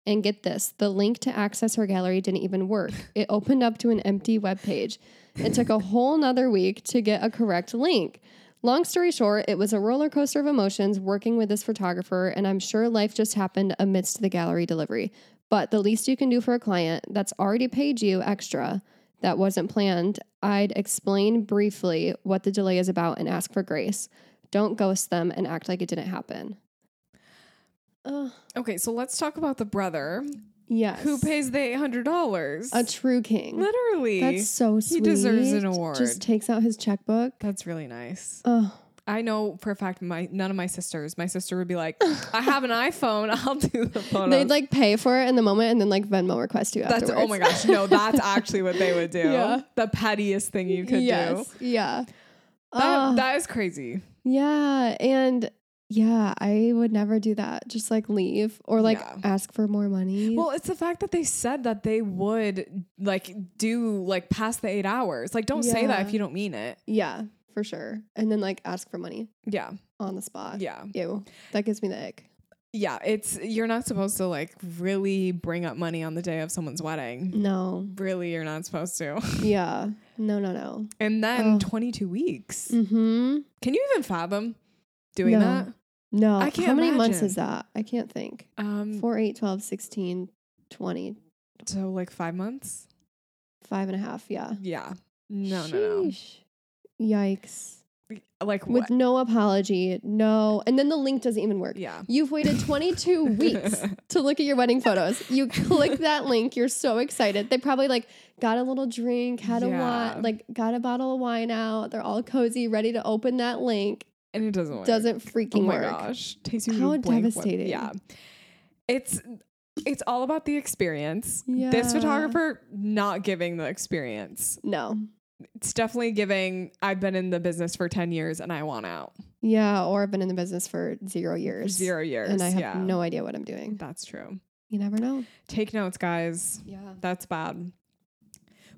[SPEAKER 2] And get this the link to access her gallery didn't even work. It opened up to an empty webpage. It took a whole nother week to get a correct link. Long story short, it was a roller coaster of emotions working with this photographer, and I'm sure life just happened amidst the gallery delivery. But the least you can do for a client that's already paid you extra that wasn't planned, I'd explain briefly what the delay is about and ask for grace. Don't ghost them and act like it didn't happen. Ugh.
[SPEAKER 1] Okay, so let's talk about the brother
[SPEAKER 2] Yes.
[SPEAKER 1] who pays the eight hundred dollars.
[SPEAKER 2] a true king?
[SPEAKER 1] Literally,
[SPEAKER 2] That's so sweet.
[SPEAKER 1] He deserves an award.
[SPEAKER 2] Just takes out his checkbook.
[SPEAKER 1] That's really nice.
[SPEAKER 2] Oh,
[SPEAKER 1] I know for a fact my none of my sisters. My sister would be <laughs> like, "I have an iPhone. I'll do the photos." <laughs>
[SPEAKER 2] they'd like pay for it in the moment and then like Venmo request you
[SPEAKER 1] that's
[SPEAKER 2] afterwards.
[SPEAKER 1] oh my gosh, no, that's actually what they would do.
[SPEAKER 2] Yeah.
[SPEAKER 1] The pettiest thing you could do.
[SPEAKER 2] Yeah.
[SPEAKER 1] That,
[SPEAKER 2] Ah,
[SPEAKER 1] that is crazy.
[SPEAKER 2] yeah. And yeah, I would never do that. Just like leave or like
[SPEAKER 1] Yeah.
[SPEAKER 2] ask for more money.
[SPEAKER 1] Well, it's the fact that they said that they would like do like past the eight hours. Like, don't say that
[SPEAKER 2] Yeah.
[SPEAKER 1] if you don't mean it.
[SPEAKER 2] yeah, for sure. And then like ask for money
[SPEAKER 1] Yeah,
[SPEAKER 2] on the spot.
[SPEAKER 1] yeah,
[SPEAKER 2] Ew. That gives me the ick.
[SPEAKER 1] yeah. It's you're not supposed to like really bring up money on the day of someone's wedding.
[SPEAKER 2] No.
[SPEAKER 1] Really, you're not supposed to.
[SPEAKER 2] Yeah. No, no, no.
[SPEAKER 1] And then
[SPEAKER 2] Ugh.
[SPEAKER 1] 22 weeks.
[SPEAKER 2] Mm-hmm.
[SPEAKER 1] Can you even fathom doing
[SPEAKER 2] No.
[SPEAKER 1] that?
[SPEAKER 2] No.
[SPEAKER 1] I
[SPEAKER 2] How
[SPEAKER 1] can't
[SPEAKER 2] many months
[SPEAKER 1] imagine.
[SPEAKER 2] is that? I can't think.
[SPEAKER 1] Um,
[SPEAKER 2] Four, eight, 12, 16, 20,
[SPEAKER 1] so like five months.
[SPEAKER 2] five and a half. Yeah.
[SPEAKER 1] Yeah. No, no,
[SPEAKER 2] Sheesh. Yikes.
[SPEAKER 1] no. Like
[SPEAKER 2] With
[SPEAKER 1] Oh. what?
[SPEAKER 2] no apology. No. And then the link doesn't even work.
[SPEAKER 1] Yeah.
[SPEAKER 2] You've waited
[SPEAKER 1] <laughs>
[SPEAKER 2] 22 weeks to look at your wedding photos. You click that link. You're so excited. They probably like got a little drink, had a
[SPEAKER 1] Yeah.
[SPEAKER 2] wine, like got a bottle of wine out. They're all cozy, ready to open that link.
[SPEAKER 1] And it doesn't work.
[SPEAKER 2] Doesn't freaking
[SPEAKER 1] oh my
[SPEAKER 2] work.
[SPEAKER 1] gosh takes you to
[SPEAKER 2] How
[SPEAKER 1] a blank web-
[SPEAKER 2] devastating.
[SPEAKER 1] yeah it's it's all about the experience. This
[SPEAKER 2] Yeah.
[SPEAKER 1] photographer not giving the experience.
[SPEAKER 2] No.
[SPEAKER 1] It's definitely giving I've been in the business for 10 years and I want out.
[SPEAKER 2] Yeah, or I've been in the business for zero years.
[SPEAKER 1] 0 years.
[SPEAKER 2] And I have
[SPEAKER 1] yeah.
[SPEAKER 2] no idea what I'm doing.
[SPEAKER 1] That's true.
[SPEAKER 2] You never know.
[SPEAKER 1] Take notes, guys.
[SPEAKER 2] Yeah.
[SPEAKER 1] That's bad.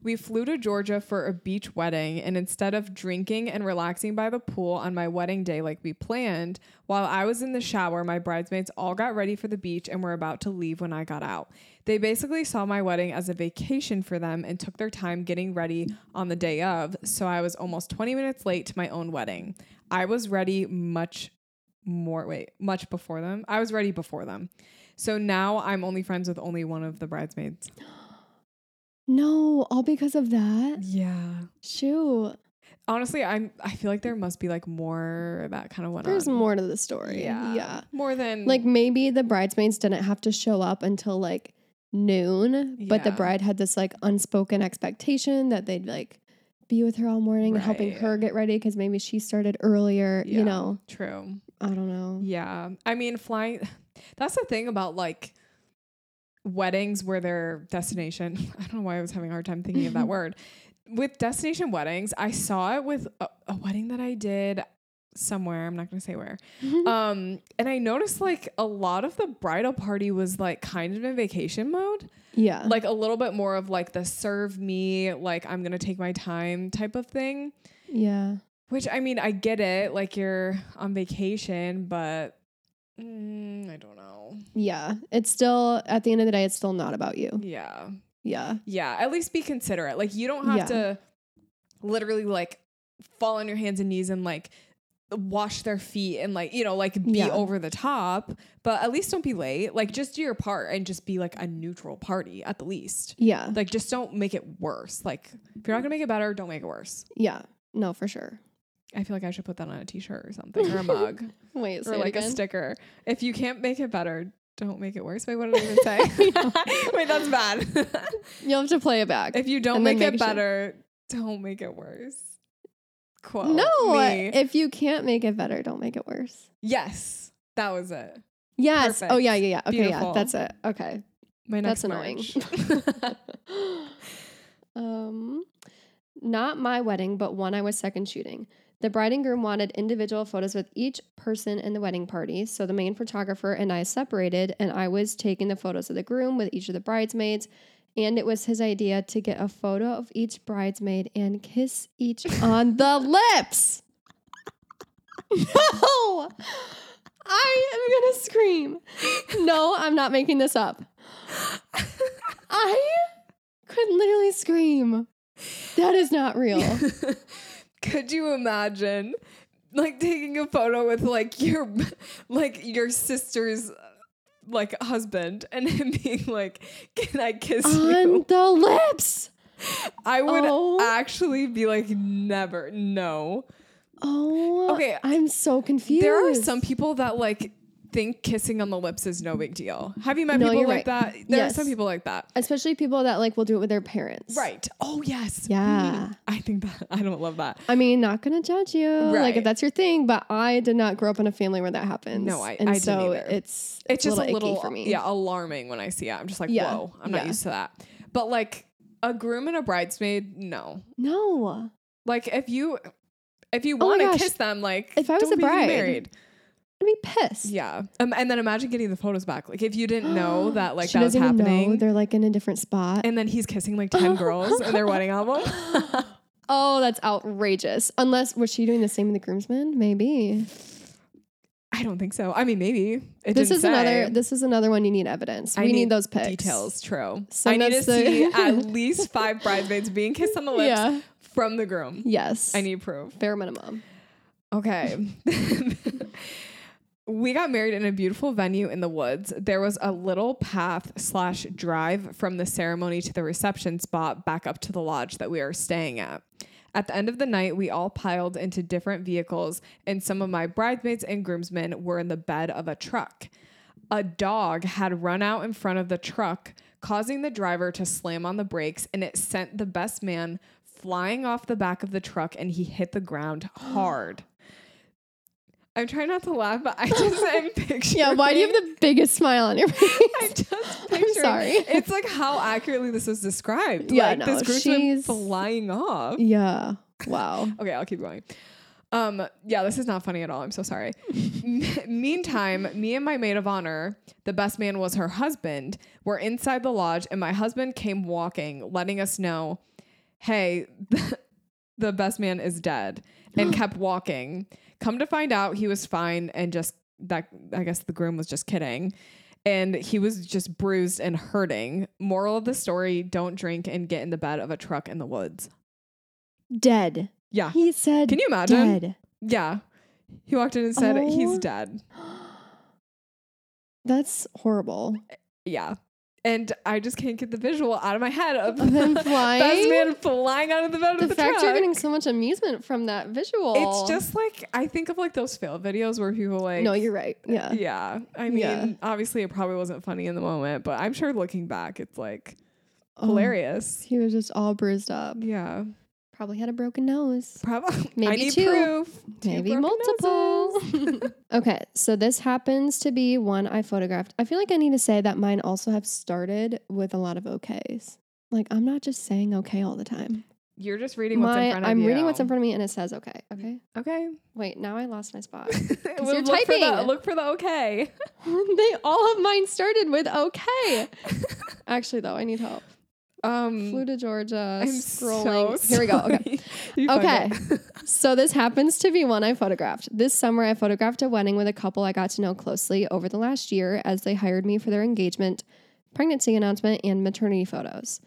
[SPEAKER 1] We flew to Georgia for a beach wedding, and instead of drinking and relaxing by the pool on my wedding day like we planned, while I was in the shower, my bridesmaids all got ready for the beach and were about to leave when I got out. They basically saw my wedding as a vacation for them and took their time getting ready on the day of, so I was almost 20 minutes late to my own wedding. I was ready much more, wait, much before them. I was ready before them. So now I'm only friends with only one of the bridesmaids.
[SPEAKER 2] No, all because of that.
[SPEAKER 1] Yeah.
[SPEAKER 2] Shoot.
[SPEAKER 1] Honestly, I'm I feel like there must be like more that kind of went
[SPEAKER 2] There's
[SPEAKER 1] on. Mm.
[SPEAKER 2] more to the story. Yeah.
[SPEAKER 1] More than
[SPEAKER 2] Like maybe the bridesmaids didn't have to show up until like noon, but the
[SPEAKER 1] Yeah.
[SPEAKER 2] bride had this like unspoken expectation that they'd like be with her all morning and helping
[SPEAKER 1] Right.
[SPEAKER 2] her get ready because maybe she started earlier.
[SPEAKER 1] Yeah.
[SPEAKER 2] You know,
[SPEAKER 1] true.
[SPEAKER 2] I don't know.
[SPEAKER 1] Yeah. I mean, flying <laughs> that's the thing about like weddings where their destination. <laughs> I don't know why I was having a hard time thinking of
[SPEAKER 2] <laughs>
[SPEAKER 1] that word. With destination weddings, I saw it with a, a wedding that I did somewhere, I'm not going to say where.
[SPEAKER 2] Mm-hmm. Mm.
[SPEAKER 1] Um and I noticed like a lot of the bridal party was like kind of in vacation mode.
[SPEAKER 2] yeah.
[SPEAKER 1] like a little bit more of like the serve me like i'm gonna take my time type of thing
[SPEAKER 2] yeah.
[SPEAKER 1] which i mean i get it like you're on vacation but mm, i don't know
[SPEAKER 2] Yeah. It's still, at the end of the day, it's still not about you.
[SPEAKER 1] yeah
[SPEAKER 2] Yeah.
[SPEAKER 1] yeah at least be considerate like you don't have
[SPEAKER 2] Yeah.
[SPEAKER 1] to literally like fall on your hands and knees and like wash their feet and like you know like be
[SPEAKER 2] Yeah.
[SPEAKER 1] over the top but at least don't be late like just do your part and just be like a neutral party at the least
[SPEAKER 2] Yeah.
[SPEAKER 1] like just don't make it worse like if you're not gonna make it better don't make it worse
[SPEAKER 2] Yeah. No, for sure.
[SPEAKER 1] i feel like i should put that on a t-shirt or something or a
[SPEAKER 2] <laughs>
[SPEAKER 1] mug
[SPEAKER 2] Wait, say
[SPEAKER 1] or
[SPEAKER 2] it
[SPEAKER 1] like a
[SPEAKER 2] again.
[SPEAKER 1] sticker if you can't make it better don't make it worse wait what did i even say <laughs>
[SPEAKER 2] <laughs>
[SPEAKER 1] wait that's bad
[SPEAKER 2] You'll have to play it back.
[SPEAKER 1] if you don't
[SPEAKER 2] And
[SPEAKER 1] make
[SPEAKER 2] then
[SPEAKER 1] it
[SPEAKER 2] make it short.
[SPEAKER 1] better don't make it worse quote
[SPEAKER 2] no,
[SPEAKER 1] me.
[SPEAKER 2] if you can't make it better, don't make it worse.
[SPEAKER 1] yes that was it
[SPEAKER 2] Yes. Oh
[SPEAKER 1] Perfect.
[SPEAKER 2] yeah, yeah, yeah. Okay,
[SPEAKER 1] Beautiful.
[SPEAKER 2] yeah. That's it. Okay.
[SPEAKER 1] my next
[SPEAKER 2] That's annoying.
[SPEAKER 1] <laughs> merch.
[SPEAKER 2] <laughs> um not my wedding, but one I was second shooting. The bride and groom wanted individual photos with each person in the wedding party, so the main photographer and I separated and I was taking the photos of the groom with each of the bridesmaids. And it was his idea to get a photo of each bridesmaid and kiss
[SPEAKER 1] <laughs>
[SPEAKER 2] each on the lips. No! I am gonna scream. No, I'm not making this up. I could literally scream. That is
[SPEAKER 1] <laughs>
[SPEAKER 2] not real.
[SPEAKER 1] Could you imagine like taking a photo with like your like your sister's like husband and him being like, "Can I kiss
[SPEAKER 2] on
[SPEAKER 1] you?"
[SPEAKER 2] the lips.
[SPEAKER 1] I would
[SPEAKER 2] Oh.
[SPEAKER 1] actually be like, "Never. No."
[SPEAKER 2] Oh,
[SPEAKER 1] Okay.
[SPEAKER 2] I'm so confused.
[SPEAKER 1] There are some people that like think kissing on the lips is no big deal. Have you met
[SPEAKER 2] No,
[SPEAKER 1] people
[SPEAKER 2] you're
[SPEAKER 1] like
[SPEAKER 2] right.
[SPEAKER 1] that? There are
[SPEAKER 2] Yes.
[SPEAKER 1] some people like that.
[SPEAKER 2] especially people that like will do it with their parents.
[SPEAKER 1] Right. Oh, yes. Mhm.
[SPEAKER 2] Yeah.
[SPEAKER 1] <laughs> I think that I don't love that.
[SPEAKER 2] I mean, not gonna judge you, like
[SPEAKER 1] Right.
[SPEAKER 2] if that's your thing. But I did not grow up in a family where that happens.
[SPEAKER 1] No, I-
[SPEAKER 2] and
[SPEAKER 1] I didn't
[SPEAKER 2] so
[SPEAKER 1] either.
[SPEAKER 2] it's
[SPEAKER 1] it's just a little
[SPEAKER 2] icky for me.
[SPEAKER 1] yeah alarming when i see it i'm just like
[SPEAKER 2] Yeah.
[SPEAKER 1] whoa i'm not
[SPEAKER 2] Yeah.
[SPEAKER 1] used to that but like a groom and a bridesmaid no
[SPEAKER 2] No,
[SPEAKER 1] like if you if you
[SPEAKER 2] Oh my
[SPEAKER 1] want to
[SPEAKER 2] gosh.
[SPEAKER 1] kiss them like
[SPEAKER 2] If I was
[SPEAKER 1] don't
[SPEAKER 2] a
[SPEAKER 1] be getting
[SPEAKER 2] bride.
[SPEAKER 1] married
[SPEAKER 2] I'd be pissed.
[SPEAKER 1] yeah um, and then imagine getting the photos back like if you didn't
[SPEAKER 2] <gasps>
[SPEAKER 1] know that like
[SPEAKER 2] she
[SPEAKER 1] that was
[SPEAKER 2] doesn't even know
[SPEAKER 1] happening
[SPEAKER 2] they're like in a different spot.
[SPEAKER 1] and then he's kissing like 10 girls in their
[SPEAKER 2] <laughs>
[SPEAKER 1] wedding album <laughs>
[SPEAKER 2] oh, that's outrageous. Unless was she doing the same in the groomsmen? Maybe.
[SPEAKER 1] i don't think so i mean maybe it
[SPEAKER 2] this
[SPEAKER 1] didn't
[SPEAKER 2] is
[SPEAKER 1] say.
[SPEAKER 2] another this is another one you need evidence
[SPEAKER 1] I
[SPEAKER 2] we need,
[SPEAKER 1] need
[SPEAKER 2] those pics
[SPEAKER 1] details true
[SPEAKER 2] So
[SPEAKER 1] i need to
[SPEAKER 2] that's the-
[SPEAKER 1] see
[SPEAKER 2] <laughs>
[SPEAKER 1] at least five bridesmaids being kissed on the lips
[SPEAKER 2] yeah
[SPEAKER 1] from the groom
[SPEAKER 2] yes
[SPEAKER 1] i need proof
[SPEAKER 2] bare
[SPEAKER 1] <laughs>
[SPEAKER 2] minimum
[SPEAKER 1] Okay. <laughs> we got married in a beautiful venue in the woods. There was a little path slash drive from the ceremony to the reception spot back up to the lodge that we were staying at. At the end of the night, we all piled into different vehicles, and some of my bridesmaids and groomsmen were in the bed of a truck. A dog had run out in front of the truck, causing the driver to slam on the brakes, and it sent the best man flying off the back of the truck and he hit the ground hard. I'm trying not to laugh, but I
[SPEAKER 2] <laughs>
[SPEAKER 1] just am picturing.
[SPEAKER 2] Yeah, why do you have the biggest
[SPEAKER 1] <laughs>
[SPEAKER 2] smile on your face?
[SPEAKER 1] I <laughs> just
[SPEAKER 2] I'm
[SPEAKER 1] picturing.
[SPEAKER 2] sorry.
[SPEAKER 1] It's like how accurately this was described.
[SPEAKER 2] Yeah,
[SPEAKER 1] like
[SPEAKER 2] no,
[SPEAKER 1] this group went
[SPEAKER 2] she's-
[SPEAKER 1] flying off.
[SPEAKER 2] yeah. Wow.
[SPEAKER 1] Okay, I'll keep going. Um, yeah, this is not funny at all. I'm so sorry. M- Meantime, me and my maid of honor, the best man was her husband, were inside the lodge, and my husband came walking, letting us know, hey, <laughs> the best man is dead, and kept walking. Come to find out, he was fine, and just that, I guess the groom was just kidding. And he was just bruised and hurting. Moral of the story don't drink and get in the bed of a truck in the woods.
[SPEAKER 2] Dead.
[SPEAKER 1] Yeah.
[SPEAKER 2] He said
[SPEAKER 1] Can you imagine?
[SPEAKER 2] dead.
[SPEAKER 1] Yeah. He walked in and said, he's
[SPEAKER 2] Oh.
[SPEAKER 1] dead.
[SPEAKER 2] That's horrible.
[SPEAKER 1] Yeah. And I just can't get the visual out of my head
[SPEAKER 2] <laughs>
[SPEAKER 1] of <laughs>
[SPEAKER 2] Of him
[SPEAKER 1] best
[SPEAKER 2] flying?
[SPEAKER 1] man flying out of the bed
[SPEAKER 2] The,
[SPEAKER 1] of the
[SPEAKER 2] fact
[SPEAKER 1] truck.
[SPEAKER 2] you're getting so much amusement from that visual.
[SPEAKER 1] it's just like I think of like those fail videos where people like
[SPEAKER 2] No, you're right. Yeah.
[SPEAKER 1] yeah. I mean,
[SPEAKER 2] Yeah.
[SPEAKER 1] obviously it probably wasn't funny in the moment, but I'm sure looking back, it's like
[SPEAKER 2] Oh,
[SPEAKER 1] hilarious.
[SPEAKER 2] He was just all bruised up.
[SPEAKER 1] Yeah,
[SPEAKER 2] Probably had a broken nose.
[SPEAKER 1] probably. <laughs> I
[SPEAKER 2] Maybe
[SPEAKER 1] need
[SPEAKER 2] two.
[SPEAKER 1] proof. Two
[SPEAKER 2] Maybe
[SPEAKER 1] broken
[SPEAKER 2] multiple.
[SPEAKER 1] noses.
[SPEAKER 2] <laughs> okay, so this happens to be one I photographed. I feel like I need to say that mine also have started with a lot of okays. Like I'm not just saying okay all the time.
[SPEAKER 1] You're just reading what's in
[SPEAKER 2] My-
[SPEAKER 1] front of
[SPEAKER 2] I'm
[SPEAKER 1] you.
[SPEAKER 2] reading what's in front of me and it says okay. Okay.
[SPEAKER 1] Okay. <laughs>
[SPEAKER 2] Wait, now I lost my spot. <laughs>
[SPEAKER 1] Well,
[SPEAKER 2] you're
[SPEAKER 1] look For the,
[SPEAKER 2] typing.
[SPEAKER 1] look for the okay.
[SPEAKER 2] they all of mine started
[SPEAKER 1] <laughs>
[SPEAKER 2] with okay. Actually, though, I need help.
[SPEAKER 1] Um,
[SPEAKER 2] Flew to Georgia.
[SPEAKER 1] I'm
[SPEAKER 2] scrolling.
[SPEAKER 1] so
[SPEAKER 2] Here we go. Okay.
[SPEAKER 1] sorry. <laughs> You found
[SPEAKER 2] Okay.
[SPEAKER 1] it.
[SPEAKER 2] So this happens to be one I photographed. This summer I photographed a wedding with a couple I got to know closely over the last year as they hired me for their engagement, pregnancy announcement, and maternity photos.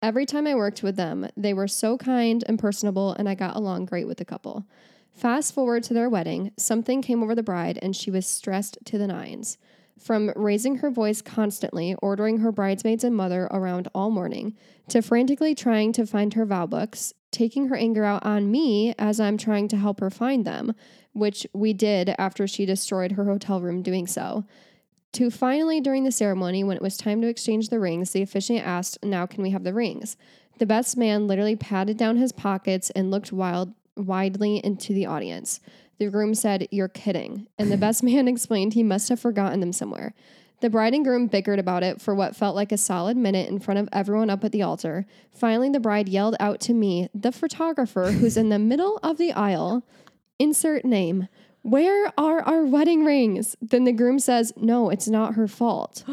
[SPEAKER 2] Every time I worked with them, they were so kind and personable and I got along great with the couple. Fast forward to their wedding, something came over the bride and she was stressed to the nines. From raising her voice constantly, ordering her bridesmaids and mother around all morning, to frantically trying to find her vow books, taking her anger out on me as I'm trying to help her find them, which we did after she destroyed her hotel room doing so. To finally, during the ceremony, when it was time to exchange the rings, the officiant asked, Now can we have the rings? The best man literally patted down his pockets and looked wild, widely into the audience. The groom said, You're kidding. And the best <laughs> man explained he must have forgotten them somewhere. The bride and groom bickered about it for what felt like a solid minute in front of everyone up at the altar. Finally, the bride yelled out to me, the photographer who's in the middle of the aisle, insert name, Where are our wedding rings? Then the groom says, No, it's not her fault.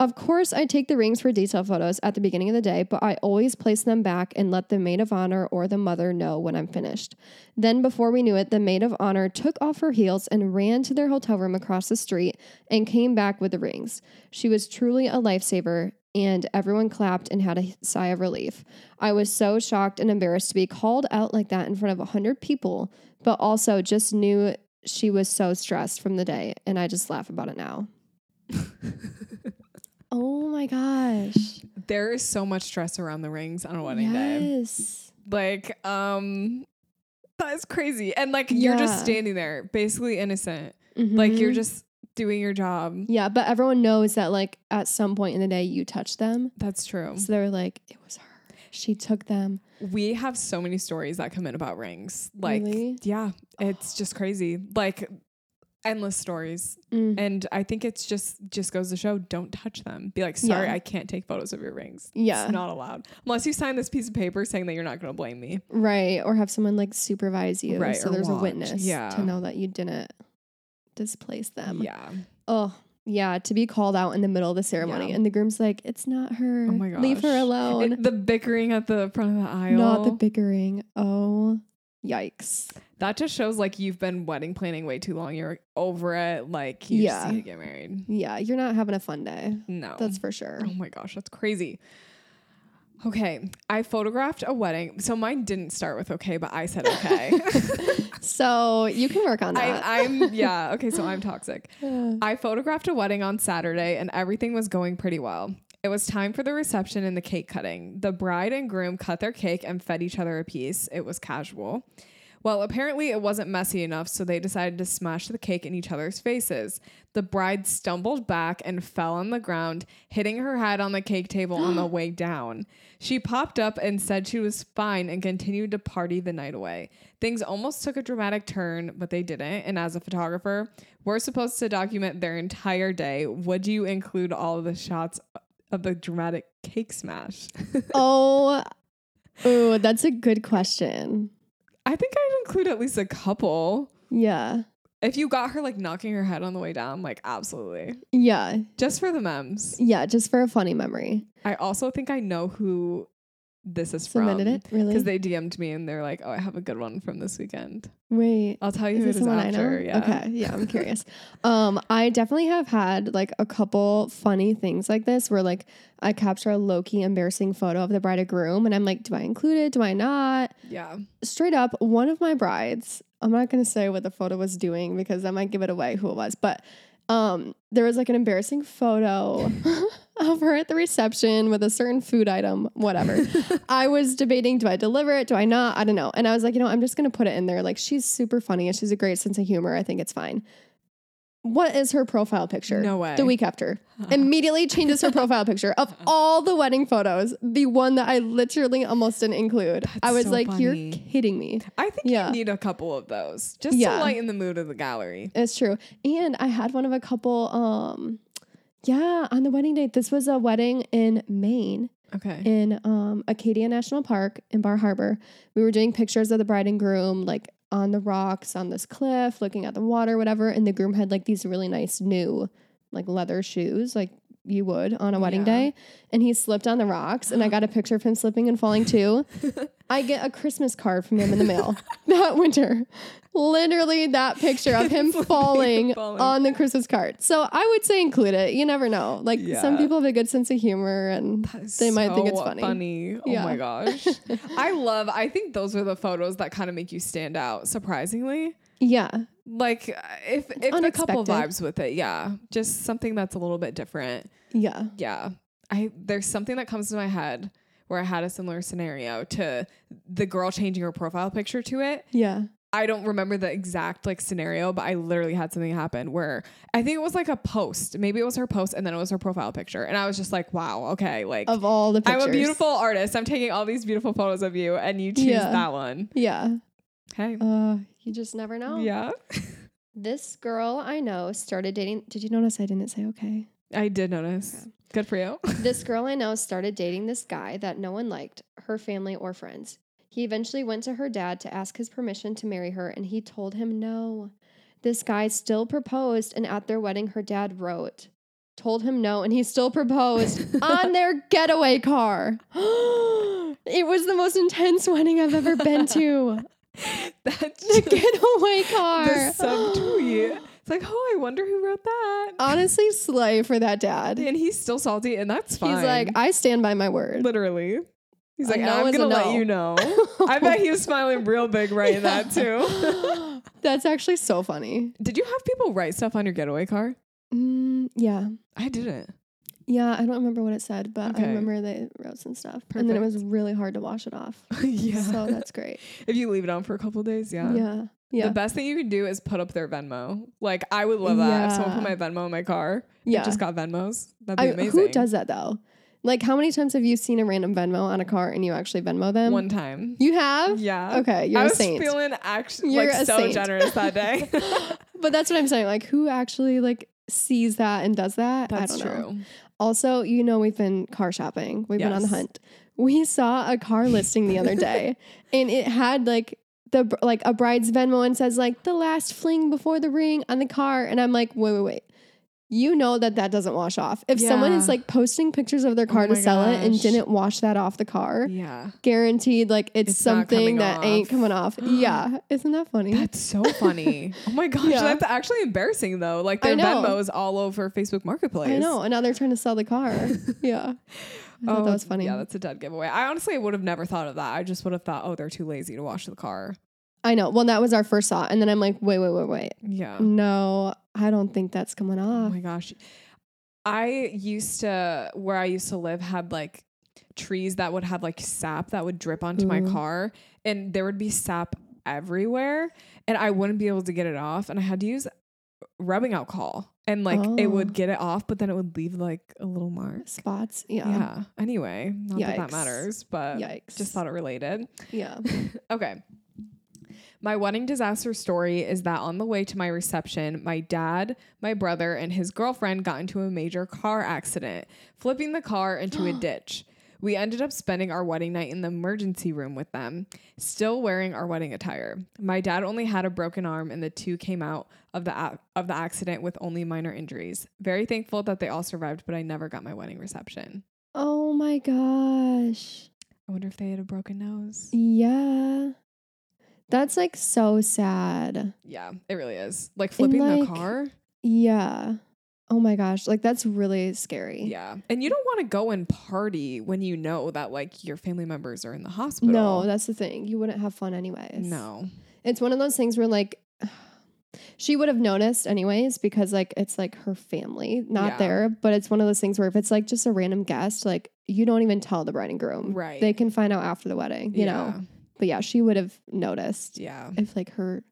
[SPEAKER 2] Of course, I take the rings for detail photos at the beginning of the day, but I always place them back and let the maid of honor or the mother know when I'm finished. Then, before we knew it, the maid of honor took off her heels and ran to their hotel room across the street and came back with the rings. She was truly a lifesaver, and everyone clapped and had a sigh of relief. I was so shocked and embarrassed to be called out like that in front of 100 people, but also just knew she was so stressed from the day, and I just laugh about it now. Oh my gosh.
[SPEAKER 1] <laughs> There is so much stress around the rings on a wedding day.
[SPEAKER 2] Yes.
[SPEAKER 1] Like, um, that is crazy. And like, you're just
[SPEAKER 2] Yeah.
[SPEAKER 1] standing there, basically innocent. Like, you're
[SPEAKER 2] Mhm.
[SPEAKER 1] just doing your job.
[SPEAKER 2] Yeah, but everyone knows that like at some point in the day you touch them.
[SPEAKER 1] That's true.
[SPEAKER 2] So they're like, it was her. She took them.
[SPEAKER 1] We have so many stories that come in about rings. Like,
[SPEAKER 2] Really?
[SPEAKER 1] yeah, it's just crazy. Like, endless stories.
[SPEAKER 2] Mm.
[SPEAKER 1] And I think it's just just goes to show don't touch them. Be like, sorry,
[SPEAKER 2] Yeah.
[SPEAKER 1] I can't take photos of your rings.
[SPEAKER 2] Yeah.
[SPEAKER 1] It's not allowed. Unless you sign this piece of paper saying that you're not gonna blame me.
[SPEAKER 2] Right. Or have someone like supervise you.
[SPEAKER 1] Right,
[SPEAKER 2] So
[SPEAKER 1] or
[SPEAKER 2] there's
[SPEAKER 1] watch.
[SPEAKER 2] a witness
[SPEAKER 1] Yeah.
[SPEAKER 2] to know that you didn't displace them.
[SPEAKER 1] yeah.
[SPEAKER 2] Oh, yeah. To be called out in the middle of the ceremony.
[SPEAKER 1] Yeah.
[SPEAKER 2] And the groom's like, it's not her.
[SPEAKER 1] Oh my
[SPEAKER 2] mm-hmm. Leave her
[SPEAKER 1] gosh. <laughs>
[SPEAKER 2] alone.
[SPEAKER 1] It- the bickering at the front of the aisle.
[SPEAKER 2] not the bickering. Oh, yikes.
[SPEAKER 1] that just shows like you've been wedding planning way too long. You're over it. Like you just
[SPEAKER 2] Yeah.
[SPEAKER 1] need to get married.
[SPEAKER 2] Yeah. You're not having a fun day.
[SPEAKER 1] No.
[SPEAKER 2] That's for sure.
[SPEAKER 1] Oh my gosh, that's crazy. Okay, I photographed a wedding. So mine didn't start with okay, but I said okay. <laughs>
[SPEAKER 2] <laughs> So you can work on that.
[SPEAKER 1] I,
[SPEAKER 2] <laughs>
[SPEAKER 1] I'm yeah, okay, so I'm toxic.
[SPEAKER 2] Yeah.
[SPEAKER 1] I photographed a wedding on Saturday and everything was going pretty well. It was time for the reception and the cake cutting. The bride and groom cut their cake and fed each other a piece. It was casual. Well, apparently it wasn't messy enough, so they decided to smash the cake in each other's faces. The bride stumbled back and fell on the ground, hitting her head on the cake table on the way down. She popped up and said she was fine and continued to party the night away. Things almost took a dramatic turn, but they didn't. And as a photographer, we're supposed to document their entire day. Would you include all the shots of the dramatic cake smash? <laughs>
[SPEAKER 2] Oh, ooh, that's a good question.
[SPEAKER 1] I think I'd include at least a couple.
[SPEAKER 2] Yeah.
[SPEAKER 1] If you got her like knocking her head on the way down, like absolutely.
[SPEAKER 2] Yeah.
[SPEAKER 1] Just for the memes.
[SPEAKER 2] Yeah. Just for a funny memory.
[SPEAKER 1] I also think I know who this is
[SPEAKER 2] Submitted
[SPEAKER 1] from.
[SPEAKER 2] it? Really?
[SPEAKER 1] Because they DM'd me and they're like, oh, I have a good one from this weekend.
[SPEAKER 2] Wait.
[SPEAKER 1] I'll tell Oh, you
[SPEAKER 2] Is
[SPEAKER 1] who
[SPEAKER 2] this
[SPEAKER 1] it is
[SPEAKER 2] someone
[SPEAKER 1] after.
[SPEAKER 2] I know?
[SPEAKER 1] Yeah.
[SPEAKER 2] Okay.
[SPEAKER 1] <laughs>
[SPEAKER 2] Yeah, I'm curious. um, I definitely have had like a couple funny things like this where like I capture a low key embarrassing photo of the bride and groom, and I'm like, do I include it? Do I not?
[SPEAKER 1] Yeah.
[SPEAKER 2] Straight up, one of my brides. I'm not gonna say what the photo was doing because that might give it away who it was, but. Um, there was like an embarrassing photo <laughs> of her at the reception with a certain food item,
[SPEAKER 1] <laughs>
[SPEAKER 2] whatever. I was debating, do I deliver it? Do I not? I don't know. And I was like, you know, I'm just going to put it in there. Like, she's super funny and she's a great sense of humor. I think it's fine. What is her profile picture?
[SPEAKER 1] No way.
[SPEAKER 2] The week after. Immediately changes her profile picture
[SPEAKER 1] <laughs>
[SPEAKER 2] of all the wedding photos, the one that I literally almost didn't include. I was
[SPEAKER 1] so
[SPEAKER 2] like,
[SPEAKER 1] funny.
[SPEAKER 2] you're kidding me.
[SPEAKER 1] I think
[SPEAKER 2] Yeah.
[SPEAKER 1] you need a couple of those just
[SPEAKER 2] Yeah.
[SPEAKER 1] to lighten the mood of the gallery.
[SPEAKER 2] It's true. And I had one of a couple, um, yeah, on the wedding date. This was a wedding in Maine.
[SPEAKER 1] Okay.
[SPEAKER 2] in um, Acadia National Park in Bar Harbor. We were doing pictures of the bride and groom, like on the rocks, on this cliff, looking at the water, whatever. And the groom had like these really nice new, like leather shoes, like you would on a wedding
[SPEAKER 1] Oh, Yeah.
[SPEAKER 2] day. And he slipped on the rocks, and
[SPEAKER 1] <gasps>
[SPEAKER 2] I got a picture of him slipping and
[SPEAKER 1] <laughs>
[SPEAKER 2] falling too. I get a Christmas card from him in the mail <laughs> that winter. Literally, that
[SPEAKER 1] <laughs>
[SPEAKER 2] picture of him
[SPEAKER 1] Slipping and <laughs>
[SPEAKER 2] falling,
[SPEAKER 1] falling.
[SPEAKER 2] on the Christmas card. So I would say include it. You never know. Like some
[SPEAKER 1] Yeah.
[SPEAKER 2] people have a good sense of humor, and they might think it's
[SPEAKER 1] So
[SPEAKER 2] funny.
[SPEAKER 1] Oh
[SPEAKER 2] Yeah.
[SPEAKER 1] my
[SPEAKER 2] <laughs>
[SPEAKER 1] gosh. I love, I think those are the photos that kind of make you stand out, surprisingly.
[SPEAKER 2] Yeah.
[SPEAKER 1] Like uh, if if a couple
[SPEAKER 2] Unexpected.
[SPEAKER 1] vibes with it, yeah. Just something that's a little bit different.
[SPEAKER 2] Yeah.
[SPEAKER 1] yeah i there's something that comes to my head where i had a similar scenario to the girl changing her profile picture to it
[SPEAKER 2] Yeah.
[SPEAKER 1] i don't remember the exact like scenario but i literally had something happen where i think it was like a post maybe it was her post and then it was her profile picture and i was just like wow okay like
[SPEAKER 2] Of all the pictures.
[SPEAKER 1] i'm a beautiful artist i'm taking all these beautiful photos of you and you choose
[SPEAKER 2] Yeah.
[SPEAKER 1] that one
[SPEAKER 2] Yeah.
[SPEAKER 1] hey
[SPEAKER 2] Uh, you just never know.
[SPEAKER 1] yeah
[SPEAKER 2] This girl I know started dating. Did you notice I didn't say okay?
[SPEAKER 1] i did notice good for you <laughs>
[SPEAKER 2] this girl I know started dating this guy that no one liked, her family or friends. He eventually went to her dad to ask his permission to marry her, and he told him no. This guy still proposed, and at their wedding, her dad wrote, told him no, and he
[SPEAKER 1] <laughs>
[SPEAKER 2] still proposed on their getaway car. <gasps> it was the most intense wedding I've ever been to. <laughs>
[SPEAKER 1] that's
[SPEAKER 2] The
[SPEAKER 1] just
[SPEAKER 2] getaway car.
[SPEAKER 1] the
[SPEAKER 2] <gasps>
[SPEAKER 1] subtweet it's like oh i wonder who wrote that
[SPEAKER 2] Um, Honestly, slay for that dad.
[SPEAKER 1] And he's still salty, and that's fine.
[SPEAKER 2] He's like, I stand by my word. <laughs>
[SPEAKER 1] literally. He's
[SPEAKER 2] A
[SPEAKER 1] like,
[SPEAKER 2] no
[SPEAKER 1] I'm
[SPEAKER 2] is a
[SPEAKER 1] gonna
[SPEAKER 2] no."
[SPEAKER 1] let you
[SPEAKER 2] <laughs>
[SPEAKER 1] know. I bet he was smiling real big right in that too.
[SPEAKER 2] <gasps> <laughs> That's actually so funny.
[SPEAKER 1] Did you have people write stuff on your getaway car?
[SPEAKER 2] Mm, yeah.
[SPEAKER 1] I didn't. <laughs>
[SPEAKER 2] Yeah, I don't remember what it said, but I
[SPEAKER 1] Okay.
[SPEAKER 2] remember they wrote some stuff. And then it was really hard to wash it off.
[SPEAKER 1] <laughs> yeah.
[SPEAKER 2] So that's great.
[SPEAKER 1] <laughs> if you leave it on for a couple days, yeah.
[SPEAKER 2] Yeah. Yeah.
[SPEAKER 1] The best thing you can do is put up their Venmo. Like I would love that. If someone put my
[SPEAKER 2] Yeah.
[SPEAKER 1] Venmo in my car,
[SPEAKER 2] Yeah.
[SPEAKER 1] yeah. just got Venmos. That'd be
[SPEAKER 2] I,
[SPEAKER 1] amazing.
[SPEAKER 2] who does that though? Like, how many times have you seen a random Venmo on a car and you actually Venmo them?
[SPEAKER 1] one time?
[SPEAKER 2] You have?
[SPEAKER 1] Yeah.
[SPEAKER 2] Okay, you're
[SPEAKER 1] I
[SPEAKER 2] a
[SPEAKER 1] was
[SPEAKER 2] saint.
[SPEAKER 1] feeling actually
[SPEAKER 2] You're
[SPEAKER 1] like
[SPEAKER 2] a
[SPEAKER 1] so
[SPEAKER 2] saint.
[SPEAKER 1] generous that
[SPEAKER 2] <laughs>
[SPEAKER 1] day.
[SPEAKER 2] But that's what I'm saying. Like, who actually like sees that and does
[SPEAKER 1] <laughs>
[SPEAKER 2] that?
[SPEAKER 1] That's
[SPEAKER 2] I don't know.
[SPEAKER 1] true.
[SPEAKER 2] Also, you know, we've been car shopping, we've been on the
[SPEAKER 1] Yes.
[SPEAKER 2] hunt. We saw a car listing the
[SPEAKER 1] <laughs>
[SPEAKER 2] other day and it had like the br- like a bride's Venmo and says like the last fling before the ring on the car. And I'm like, wait, wait, wait. You know that that doesn't wash off. If someone is
[SPEAKER 1] Yeah.
[SPEAKER 2] like posting pictures of their
[SPEAKER 1] Oh
[SPEAKER 2] car to
[SPEAKER 1] my
[SPEAKER 2] sell it and
[SPEAKER 1] gosh.
[SPEAKER 2] didn't wash that off the car,
[SPEAKER 1] Yeah.
[SPEAKER 2] guaranteed like it's,
[SPEAKER 1] It's not
[SPEAKER 2] something
[SPEAKER 1] coming
[SPEAKER 2] that
[SPEAKER 1] off.
[SPEAKER 2] ain't
[SPEAKER 1] <gasps>
[SPEAKER 2] coming off. yeah. Isn't that funny?
[SPEAKER 1] That's so funny. oh my gosh,
[SPEAKER 2] Yeah.
[SPEAKER 1] that's actually embarrassing though. Like
[SPEAKER 2] I
[SPEAKER 1] their
[SPEAKER 2] know.
[SPEAKER 1] Venmo is all over Facebook Marketplace.
[SPEAKER 2] I know. And now they're trying to sell the
[SPEAKER 1] <laughs>
[SPEAKER 2] car. yeah. I thought that was funny.
[SPEAKER 1] Oh, Yeah, that's a dead giveaway. I honestly would have never thought of that. I just would have thought, oh, they're too lazy to wash the car.
[SPEAKER 2] I know. Well, that was our first thought. And then I'm like, wait, wait, wait, wait.
[SPEAKER 1] Yeah.
[SPEAKER 2] No, I don't think that's coming
[SPEAKER 1] Oh
[SPEAKER 2] off.
[SPEAKER 1] my gosh. I used to where I used to live had like
[SPEAKER 2] Mm-hmm.
[SPEAKER 1] trees that would have like sap that would drip onto my
[SPEAKER 2] Ooh.
[SPEAKER 1] car and there would be sap everywhere and I wouldn't be able to get it off. And I had to use rubbing alcohol and like it
[SPEAKER 2] Oh.
[SPEAKER 1] would get it off, but then it would leave like a little mark.
[SPEAKER 2] Spots.
[SPEAKER 1] Yeah.
[SPEAKER 2] Yeah.
[SPEAKER 1] Anyway, not that that
[SPEAKER 2] Yikes.
[SPEAKER 1] matters, but
[SPEAKER 2] Yikes.
[SPEAKER 1] just thought it related. <laughs>
[SPEAKER 2] Yeah.
[SPEAKER 1] Okay. My wedding disaster story is that on the way to my reception, my dad, my brother, and his girlfriend got into a major car accident, flipping the car into a ditch. We ended up spending our wedding night in the emergency room with them, still wearing our wedding attire. My dad only had a broken arm, and the two came out of the ac- of the accident with only minor injuries. Very thankful that they all survived, but I never got my wedding reception.
[SPEAKER 2] Oh my gosh.
[SPEAKER 1] I wonder if they had a broken nose.
[SPEAKER 2] Yeah. That's like so sad.
[SPEAKER 1] Yeah, it really is. Like flipping the
[SPEAKER 2] like-
[SPEAKER 1] car.
[SPEAKER 2] Yeah. Oh my gosh. Like that's really scary.
[SPEAKER 1] Yeah. And you don't want to go and party when you know that like your family members are in the hospital.
[SPEAKER 2] No, that's the thing. You wouldn't have fun anyways.
[SPEAKER 1] no.
[SPEAKER 2] It's one of those things where like <sighs> she would have noticed anyways because like it's like her family not
[SPEAKER 1] Yeah.
[SPEAKER 2] there, but it's one of those things where if it's like just a random guest, like you don't even tell the bride and groom.
[SPEAKER 1] Right.
[SPEAKER 2] They can find out after the wedding, you
[SPEAKER 1] yeah.
[SPEAKER 2] know. But yeah, she would have noticed
[SPEAKER 1] Yeah.
[SPEAKER 2] if like her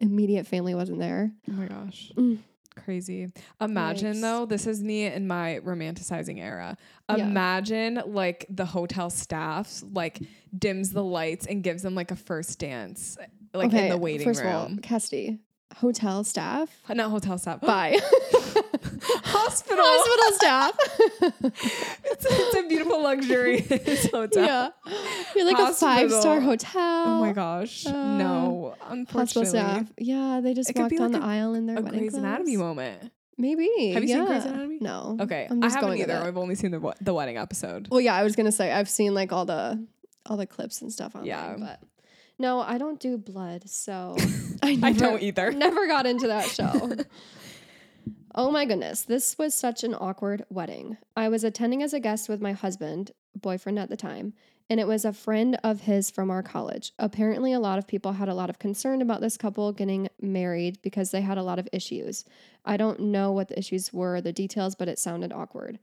[SPEAKER 2] immediate family wasn't there.
[SPEAKER 1] Oh my gosh.
[SPEAKER 2] Mm.
[SPEAKER 1] Crazy. Imagine
[SPEAKER 2] Yikes.
[SPEAKER 1] though, this is me in my romanticizing era.
[SPEAKER 2] Yeah.
[SPEAKER 1] Imagine like the hotel staff like dims the lights and gives them like a first dance like in the waiting
[SPEAKER 2] first
[SPEAKER 1] room.
[SPEAKER 2] of all, Cassidy, hotel staff.
[SPEAKER 1] <gasps> Not hotel staff.
[SPEAKER 2] Bye.
[SPEAKER 1] <laughs> Hospital.
[SPEAKER 2] <laughs> Hospital staff.
[SPEAKER 1] <laughs>
[SPEAKER 2] <laughs>
[SPEAKER 1] it's, it's a beautiful luxurious hotel.
[SPEAKER 2] yeah. You're like a five
[SPEAKER 1] Hospital.
[SPEAKER 2] star hotel.
[SPEAKER 1] Oh my gosh.
[SPEAKER 2] Uh,
[SPEAKER 1] no.
[SPEAKER 2] Hospital
[SPEAKER 1] Unfortunately.
[SPEAKER 2] staff. Yeah, they just
[SPEAKER 1] It could
[SPEAKER 2] walked
[SPEAKER 1] be
[SPEAKER 2] down
[SPEAKER 1] like
[SPEAKER 2] the aisle in their
[SPEAKER 1] A
[SPEAKER 2] wedding
[SPEAKER 1] Grey's Anatomy
[SPEAKER 2] clothes.
[SPEAKER 1] moment.
[SPEAKER 2] Maybe.
[SPEAKER 1] Have you seen Grey's
[SPEAKER 2] yeah.
[SPEAKER 1] Anatomy?
[SPEAKER 2] No.
[SPEAKER 1] Okay,
[SPEAKER 2] I'm
[SPEAKER 1] I
[SPEAKER 2] just
[SPEAKER 1] haven't
[SPEAKER 2] going with
[SPEAKER 1] either.
[SPEAKER 2] it.
[SPEAKER 1] I've only seen the wa- the wedding episode.
[SPEAKER 2] Well, yeah, I was gonna say I've seen like all the all the clips and stuff online,
[SPEAKER 1] Yeah.
[SPEAKER 2] but no, I don't do blood,
[SPEAKER 1] <laughs>
[SPEAKER 2] so <laughs> I
[SPEAKER 1] I
[SPEAKER 2] never,
[SPEAKER 1] don't either. <laughs>
[SPEAKER 2] Never got into that show. oh my goodness, this was such an awkward wedding. I was attending as a guest with my husband, boyfriend at the time, and it was a friend of his from our college. Apparently, a lot of people had a lot of concern about this couple getting married because they had a lot of issues. I don't know what the issues were, the details, but it sounded awkward.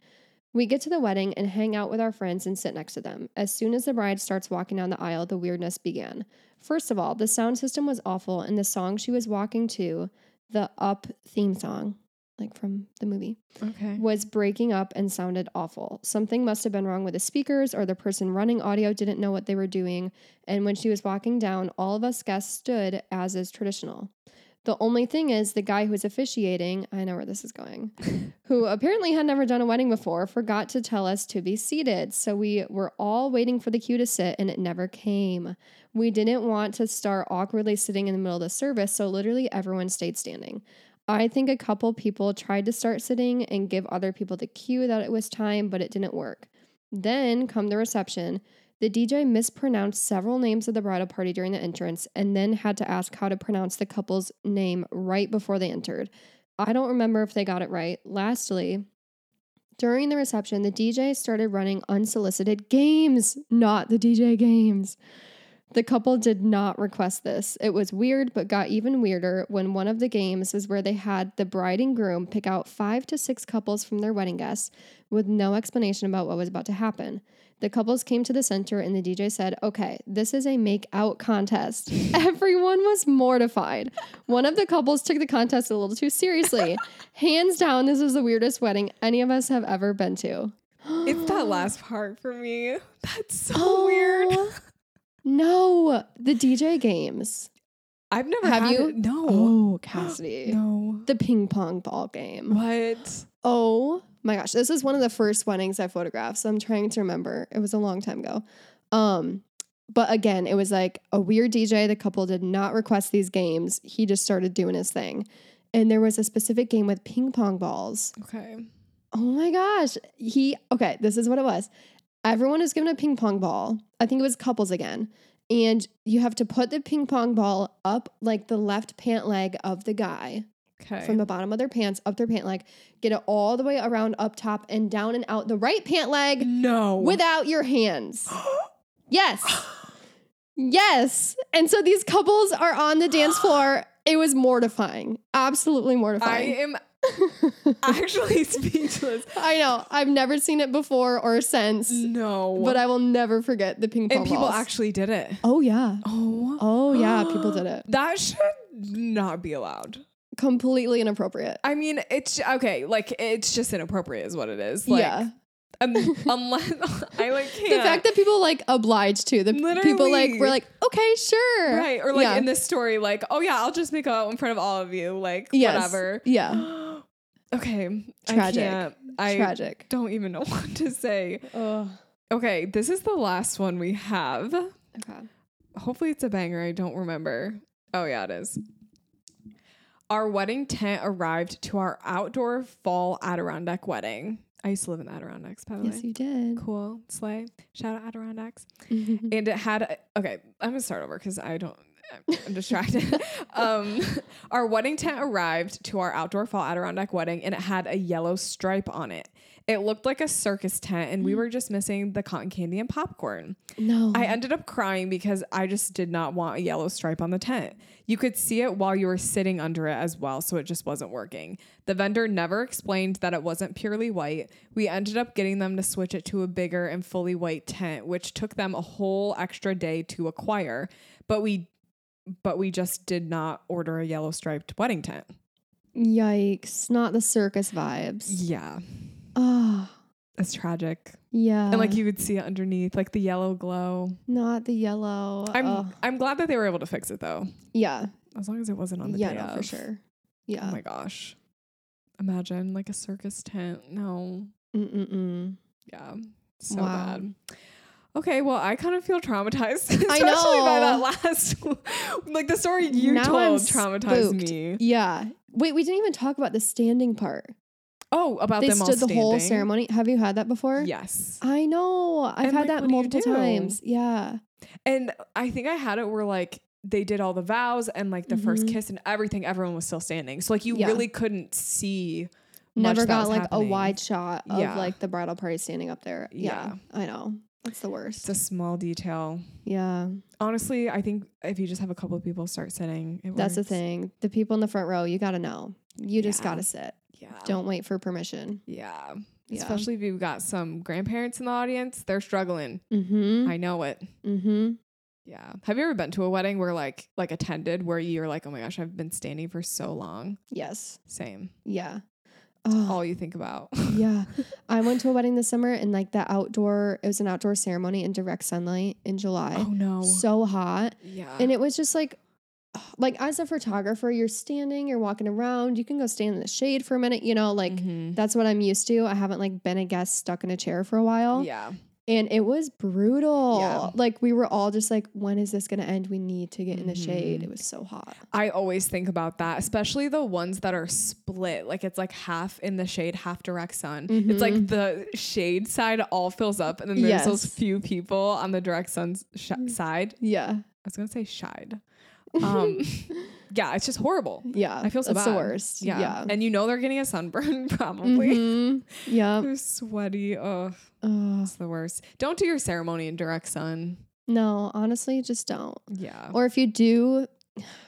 [SPEAKER 2] We get to the wedding and hang out with our friends and sit next to them. As soon as the bride starts walking down the aisle, the weirdness began. First of all, the sound system was awful, and the song she was walking to, the Up theme song, like from the movie,
[SPEAKER 1] Okay.
[SPEAKER 2] was breaking up and sounded awful. Something must have been wrong with the speakers, or the person running audio didn't know what they were doing. And when she was walking down, all of us guests stood, as is traditional. The only thing is, the guy who was officiating, I know where this is going, who apparently had never done a wedding before, forgot to tell us to be seated. So we were all waiting for the cue to sit, and it never came. We didn't want to start awkwardly sitting in the middle of the service, so literally everyone stayed standing. I think a couple people tried to start sitting and give other people the cue that it was time, but it didn't work. Then come the reception. The DJ mispronounced several names of the bridal party during the entrance and then had to ask how to pronounce the couple's name right before they entered. I don't remember if they got it right. Lastly, during the reception, the DJ started running unsolicited games, not the DJ games. The couple did not request this. It was weird, but got even weirder when one of the games was where they had the bride and groom pick out five to six couples from their wedding guests with no explanation about what was about to happen. The couples came to the center and the DJ said, Okay, this is a make out contest. <laughs> Everyone was mortified. One of the couples took the contest a little too seriously. Hands down, this was the weirdest wedding any of us have ever been to.
[SPEAKER 1] It's
[SPEAKER 2] <gasps>
[SPEAKER 1] that last part for me. <laughs> That's so weird.
[SPEAKER 2] Oh, No, the DJ games.
[SPEAKER 1] I've never
[SPEAKER 2] Have
[SPEAKER 1] had
[SPEAKER 2] you?
[SPEAKER 1] it- No. <gasps>
[SPEAKER 2] Oh, Cassidy.
[SPEAKER 1] No.
[SPEAKER 2] The ping pong ball game.
[SPEAKER 1] What?
[SPEAKER 2] Oh my gosh. This is one of the first weddings I photographed. So I'm trying to remember. It was a long time ago. Um, but again, it was like a weird DJ. The couple did not request these games. He just started doing his thing. And there was a specific game with ping pong balls.
[SPEAKER 1] Okay.
[SPEAKER 2] Oh my gosh. He, okay, this is what it was. Everyone is given a ping pong ball. I think it was couples again. And you have to put the ping pong ball up like the left pant leg of the guy
[SPEAKER 1] Okay.
[SPEAKER 2] from the bottom of their pants up their pant leg, get it all the way around up top and down and out the right pant leg
[SPEAKER 1] no. <gasps>
[SPEAKER 2] without your hands. Yes. Yes. And
[SPEAKER 1] <gasps>
[SPEAKER 2] so these couples are on the dance floor. It was mortifying. Absolutely
[SPEAKER 1] I
[SPEAKER 2] <laughs> mortifying.
[SPEAKER 1] am Actually <laughs> speechless.
[SPEAKER 2] I know. I've never seen it before or since,
[SPEAKER 1] No.
[SPEAKER 2] but I will never forget the ping pong
[SPEAKER 1] and people
[SPEAKER 2] balls.
[SPEAKER 1] actually did it.
[SPEAKER 2] Oh yeah.
[SPEAKER 1] Oh.
[SPEAKER 2] Oh yeah, people did it.
[SPEAKER 1] That should not be allowed.
[SPEAKER 2] <gasps> Completely inappropriate.
[SPEAKER 1] I mean, it's okay. Like it's just inappropriate, is what it is. Like,
[SPEAKER 2] yeah. <laughs>
[SPEAKER 1] um, unless <laughs> I like can't.
[SPEAKER 2] The fact that people like obliged to the people like
[SPEAKER 1] Literally.
[SPEAKER 2] were like, okay, sure,
[SPEAKER 1] right or like
[SPEAKER 2] Yeah.
[SPEAKER 1] in this story, like oh yeah, I'll just make out in front of all of you, like
[SPEAKER 2] Yes.
[SPEAKER 1] whatever.
[SPEAKER 2] Yeah,
[SPEAKER 1] okay,
[SPEAKER 2] Tragic.
[SPEAKER 1] I, can't. <gasps> I
[SPEAKER 2] tragic.
[SPEAKER 1] don't even know <laughs> what to say.
[SPEAKER 2] Oh,
[SPEAKER 1] Okay, this is the last one we have.
[SPEAKER 2] okay.
[SPEAKER 1] Hopefully, it's a banger. I don't remember. Oh yeah, it is. Our wedding tent arrived to our outdoor fall Adirondack wedding. I used to live in the Adirondacks, by the way.
[SPEAKER 2] Yes, you did.
[SPEAKER 1] cool slay shout out adirondacks and it had a, okay i'm gonna start over because i don't I'm- i'm distracted um our wedding tent arrived to our outdoor fall adirondack wedding and it had a yellow stripe on it it looked like a circus tent and we were just missing the cotton candy and popcorn
[SPEAKER 2] no,
[SPEAKER 1] I ended up crying because I just did not want a yellow stripe on the tent. You could see it while you were sitting under it as well, so it just wasn't working. The vendor never explained that it wasn't purely white. We ended up getting them to switch it to a bigger and fully white tent, which took them a whole extra day to acquire, but we but we just did not order a yellow striped wedding tent.
[SPEAKER 2] yikes! Not the circus vibes.
[SPEAKER 1] Yeah.
[SPEAKER 2] Oh,
[SPEAKER 1] It's tragic.
[SPEAKER 2] yeah.
[SPEAKER 1] and like you could see it underneath, like the yellow glow.
[SPEAKER 2] not the yellow.
[SPEAKER 1] I'm
[SPEAKER 2] Ugh.
[SPEAKER 1] I'm glad that they were able to fix it though.
[SPEAKER 2] yeah,
[SPEAKER 1] As long as it wasn't on the
[SPEAKER 2] yeah,
[SPEAKER 1] day
[SPEAKER 2] no, for
[SPEAKER 1] of. Oh
[SPEAKER 2] sure. Yeah.
[SPEAKER 1] my gosh. Imagine like a circus tent. No.
[SPEAKER 2] Mm-mm-mm.
[SPEAKER 1] Yeah. So
[SPEAKER 2] Wow.
[SPEAKER 1] bad. Okay, well, I kind of feel traumatized, <laughs> especially
[SPEAKER 2] I
[SPEAKER 1] by that
[SPEAKER 2] know.
[SPEAKER 1] last, <laughs> like the story you
[SPEAKER 2] Now
[SPEAKER 1] told
[SPEAKER 2] I'm
[SPEAKER 1] traumatized
[SPEAKER 2] spooked.
[SPEAKER 1] me.
[SPEAKER 2] Yeah. Wait, we didn't even talk about the standing part.
[SPEAKER 1] Oh, about
[SPEAKER 2] they
[SPEAKER 1] them all
[SPEAKER 2] stood the whole
[SPEAKER 1] standing.
[SPEAKER 2] ceremony. Have you had that before?
[SPEAKER 1] Yes,
[SPEAKER 2] I know. I've
[SPEAKER 1] And,
[SPEAKER 2] had
[SPEAKER 1] like,
[SPEAKER 2] that
[SPEAKER 1] what do you
[SPEAKER 2] multiple
[SPEAKER 1] do?
[SPEAKER 2] times. Yeah.
[SPEAKER 1] and I think I had it where like they did all the vows and like the first
[SPEAKER 2] Mhm.
[SPEAKER 1] kiss and everything. Everyone was still standing, so like you
[SPEAKER 2] Yeah.
[SPEAKER 1] really couldn't see. much
[SPEAKER 2] Never
[SPEAKER 1] that
[SPEAKER 2] got
[SPEAKER 1] was
[SPEAKER 2] like a
[SPEAKER 1] happening.
[SPEAKER 2] wide shot of
[SPEAKER 1] Yeah.
[SPEAKER 2] like the bridal party standing up there.
[SPEAKER 1] Yeah.
[SPEAKER 2] Yeah. I know. That's the
[SPEAKER 1] It's
[SPEAKER 2] worst.
[SPEAKER 1] a small detail.
[SPEAKER 2] yeah.
[SPEAKER 1] Honestly, I think if you just have a couple of people start sitting, it
[SPEAKER 2] That's the
[SPEAKER 1] works.
[SPEAKER 2] thing. The people in the front row, you got to know. You just
[SPEAKER 1] Yeah.
[SPEAKER 2] got to sit.
[SPEAKER 1] Yeah.
[SPEAKER 2] Don't wait for permission.
[SPEAKER 1] Yeah.
[SPEAKER 2] Yeah.
[SPEAKER 1] Especially if you've got some grandparents in the audience, they're struggling.
[SPEAKER 2] Mm-hmm.
[SPEAKER 1] I know it.
[SPEAKER 2] Mm-hmm.
[SPEAKER 1] Yeah. Have you ever been to a wedding where like like attended where you're like, "Oh my gosh, I've been standing for so long."
[SPEAKER 2] Yes.
[SPEAKER 1] Same.
[SPEAKER 2] Yeah. Oh,
[SPEAKER 1] All you think about.
[SPEAKER 2] <laughs>
[SPEAKER 1] <laughs>
[SPEAKER 2] yeah. I went to a wedding this summer and like the outdoor, it was an outdoor ceremony in direct sunlight in July.
[SPEAKER 1] oh no.
[SPEAKER 2] So hot.
[SPEAKER 1] yeah.
[SPEAKER 2] And it was just like, <sighs> like as a photographer, you're standing, you're walking around, you can go stand in the shade for a minute, you know, like
[SPEAKER 1] Mhm.
[SPEAKER 2] that's what I'm used to. I haven't like been a guest stuck in a chair for a while.
[SPEAKER 1] Yeah.
[SPEAKER 2] And it was brutal.
[SPEAKER 1] Yeah.
[SPEAKER 2] Like we were all just like, when is this going to end? We need to get in the shade.
[SPEAKER 1] Mhm.
[SPEAKER 2] It was so hot.
[SPEAKER 1] I always think about that, especially the ones that are split. Like it's like half in the shade, half direct sun. It's like
[SPEAKER 2] Mhm.
[SPEAKER 1] the shade side all fills up, and then there's those
[SPEAKER 2] Yes. Mm.
[SPEAKER 1] few people on the direct sun sh- side.
[SPEAKER 2] Yeah.
[SPEAKER 1] I was gonna say
[SPEAKER 2] <laughs>
[SPEAKER 1] shide. Um, yeah, it's just horrible.
[SPEAKER 2] Yeah.
[SPEAKER 1] I feel so
[SPEAKER 2] that's
[SPEAKER 1] bad.
[SPEAKER 2] the worst.
[SPEAKER 1] Yeah.
[SPEAKER 2] Yeah. <laughs>
[SPEAKER 1] and you know they're getting a sunburn <laughs> probably.
[SPEAKER 2] Mhm. <laughs>
[SPEAKER 1] <laughs>
[SPEAKER 2] Yeah.
[SPEAKER 1] They're sweaty. Ugh,
[SPEAKER 2] Ugh.
[SPEAKER 1] it's the worst. Don't do your ceremony in direct sun.
[SPEAKER 2] No, honestly, just don't.
[SPEAKER 1] Yeah,
[SPEAKER 2] Or if you do,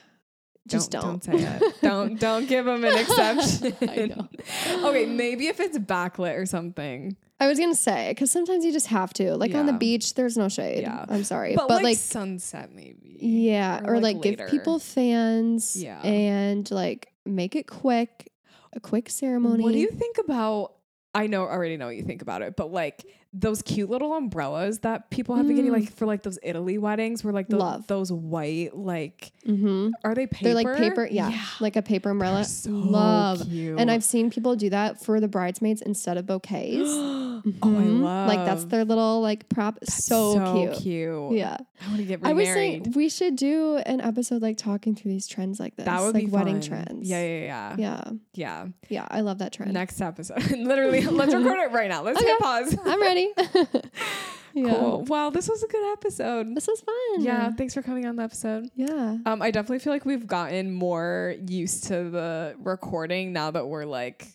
[SPEAKER 2] <sighs> just
[SPEAKER 1] don't,
[SPEAKER 2] don't.
[SPEAKER 1] say it.
[SPEAKER 2] <laughs>
[SPEAKER 1] don't don't give them an exception.
[SPEAKER 2] I know.
[SPEAKER 1] <laughs>
[SPEAKER 2] <gasps> Oh,
[SPEAKER 1] okay, maybe if it's backlit or something.
[SPEAKER 2] I was gonna say because sometimes you just have to. Like on the
[SPEAKER 1] Yeah.
[SPEAKER 2] beach, there's no shade.
[SPEAKER 1] Yeah.
[SPEAKER 2] I'm sorry,
[SPEAKER 1] But,
[SPEAKER 2] but,
[SPEAKER 1] like,
[SPEAKER 2] like,
[SPEAKER 1] sunset, maybe.
[SPEAKER 2] yeah,
[SPEAKER 1] or,
[SPEAKER 2] or,
[SPEAKER 1] like,
[SPEAKER 2] like,
[SPEAKER 1] later.
[SPEAKER 2] give people fans.
[SPEAKER 1] Yeah.
[SPEAKER 2] and like make it quick, a quick ceremony.
[SPEAKER 1] What do you think about? I know already know what you think about it, but like those cute little umbrellas that people have been getting,
[SPEAKER 2] Mm.
[SPEAKER 1] like for like those Italy weddings, where like those,
[SPEAKER 2] Love.
[SPEAKER 1] those white, like
[SPEAKER 2] Mhm.
[SPEAKER 1] are they paper?
[SPEAKER 2] They're like paper, yeah, like a paper
[SPEAKER 1] They're
[SPEAKER 2] umbrella.
[SPEAKER 1] so
[SPEAKER 2] Love.
[SPEAKER 1] cute.
[SPEAKER 2] And
[SPEAKER 1] <gasps>
[SPEAKER 2] I've seen people do that for the bridesmaids instead of bouquets.
[SPEAKER 1] oh, I
[SPEAKER 2] Mhm.
[SPEAKER 1] love
[SPEAKER 2] Like that's their little like prop. so, cute.
[SPEAKER 1] cute.
[SPEAKER 2] Yeah.
[SPEAKER 1] I want to get
[SPEAKER 2] I was
[SPEAKER 1] remarried.
[SPEAKER 2] saying we should do an episode like talking through these trends like this.
[SPEAKER 1] that would
[SPEAKER 2] like
[SPEAKER 1] be
[SPEAKER 2] wedding
[SPEAKER 1] fun.
[SPEAKER 2] trends.
[SPEAKER 1] Yeah, yeah, yeah, yeah.
[SPEAKER 2] Yeah.
[SPEAKER 1] yeah.
[SPEAKER 2] Yeah. I love that trend.
[SPEAKER 1] Next episode, <laughs>
[SPEAKER 2] <laughs>
[SPEAKER 1] literally. let's record it right now. Let's
[SPEAKER 2] Okay.
[SPEAKER 1] hit pause.
[SPEAKER 2] I'm ready. <laughs> yeah.
[SPEAKER 1] <laughs> Cool. Wow, this was a good episode.
[SPEAKER 2] This was fun.
[SPEAKER 1] Yeah, thanks for coming on the episode.
[SPEAKER 2] Yeah.
[SPEAKER 1] Um, I definitely feel like we've gotten more used to the recording now that we're like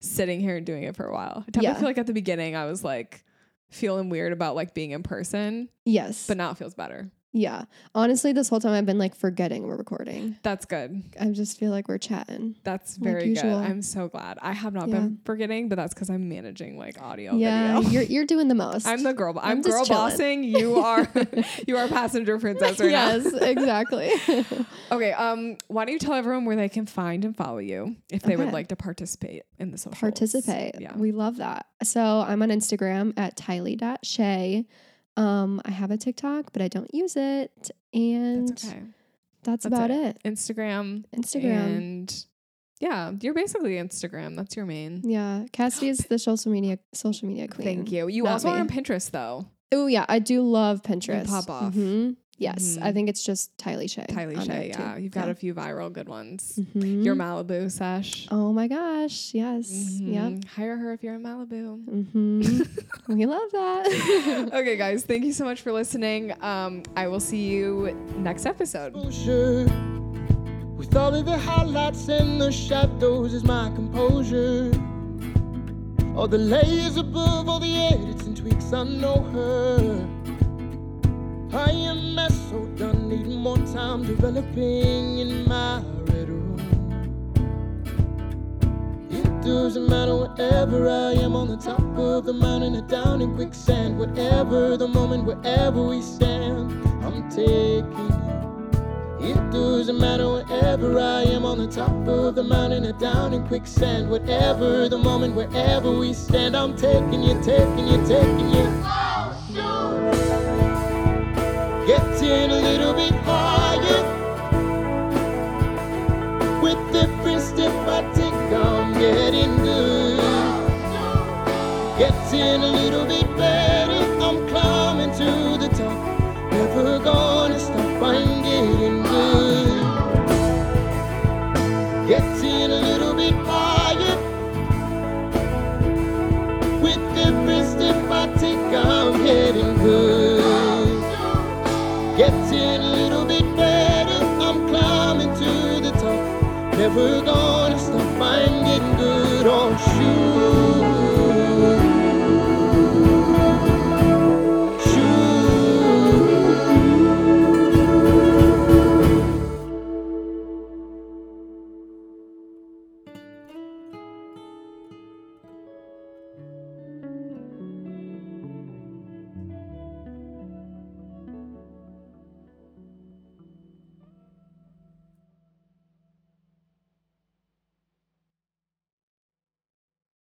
[SPEAKER 1] sitting here and doing it for a while. I definitely
[SPEAKER 2] Yeah.
[SPEAKER 1] feel like at the beginning I was like feeling weird about like being in person,
[SPEAKER 2] Yes.
[SPEAKER 1] but now it feels better.
[SPEAKER 2] Yeah. Honestly, this whole time I've been like forgetting we're recording.
[SPEAKER 1] That's good.
[SPEAKER 2] I just feel like we're chatting.
[SPEAKER 1] That's
[SPEAKER 2] Like
[SPEAKER 1] very good.
[SPEAKER 2] usual.
[SPEAKER 1] I'm so glad. I have not been forgetting, but that's because I'm managing like audio.
[SPEAKER 2] yeah,
[SPEAKER 1] video.
[SPEAKER 2] <laughs> you're you're doing the
[SPEAKER 1] <laughs>
[SPEAKER 2] most.
[SPEAKER 1] I'm the girl. I'm,
[SPEAKER 2] I'm just
[SPEAKER 1] girl
[SPEAKER 2] chilling.
[SPEAKER 1] bossing. You
[SPEAKER 2] <laughs>
[SPEAKER 1] are <laughs> you are passenger princess right
[SPEAKER 2] yes,
[SPEAKER 1] now. <laughs>
[SPEAKER 2] exactly.
[SPEAKER 1] Okay. Um. Why don't you tell everyone where they can find and follow you if they would
[SPEAKER 2] Okay.
[SPEAKER 1] like to participate in the social
[SPEAKER 2] Participate.
[SPEAKER 1] Yeah.
[SPEAKER 2] We love that. So I'm on Instagram at Tylee.shay. Um, I have a TikTok, but I don't use it. And
[SPEAKER 1] That's
[SPEAKER 2] that's,
[SPEAKER 1] okay. that's
[SPEAKER 2] about it.
[SPEAKER 1] Instagram.
[SPEAKER 2] Instagram.
[SPEAKER 1] And yeah, you're basically Instagram. That's your main.
[SPEAKER 2] yeah.
[SPEAKER 1] <gasps>
[SPEAKER 2] Cassidy is the social media social media queen.
[SPEAKER 1] Thank you. You
[SPEAKER 2] Not
[SPEAKER 1] also are
[SPEAKER 2] me.
[SPEAKER 1] on Pinterest though.
[SPEAKER 2] Oh yeah, I do love Pinterest.
[SPEAKER 1] pop off.
[SPEAKER 2] Mhm. Yes, I
[SPEAKER 1] Mhm.
[SPEAKER 2] think it's just Tylee Shay.
[SPEAKER 1] Tylee
[SPEAKER 2] on there,
[SPEAKER 1] Shay.
[SPEAKER 2] too.
[SPEAKER 1] Yeah. You've got
[SPEAKER 2] Yeah.
[SPEAKER 1] a few viral good ones.
[SPEAKER 2] Mhm.
[SPEAKER 1] Your Malibu sesh.
[SPEAKER 2] Oh my gosh! Yes. Yep.
[SPEAKER 1] Mhm. Hire her if you're in
[SPEAKER 2] <laughs>
[SPEAKER 1] Malibu.
[SPEAKER 2] hmm
[SPEAKER 1] <laughs>
[SPEAKER 2] we love that. <laughs>
[SPEAKER 1] okay, guys, thank you so much for listening. Um, I will see you next episode.
[SPEAKER 3] Closure. With all of the highlights and the shadows is my composure. All the layers above, all the edits and tweaks, I know her. I am a so done, needing more time developing in my red room. It doesn't matter wherever I am on the top of the mountain or down in quicksand, whatever the moment, wherever we stand, I'm taking you. It doesn't matter wherever I am on the top of the mountain or down in quicksand. Whatever the moment, wherever we stand, I'm taking you, taking you, taking you. Getting a little bit higher. With every step I take, I'm getting good. Getting a little bit better. I'm climbing to the top. Never gonna stop, I'm getting good. Getting a little bit higher. With every step I take, I'm getting good. Getting a little bit better, I'm climbing to the top. Never gonna stop, I'm getting good. Oh, shoot.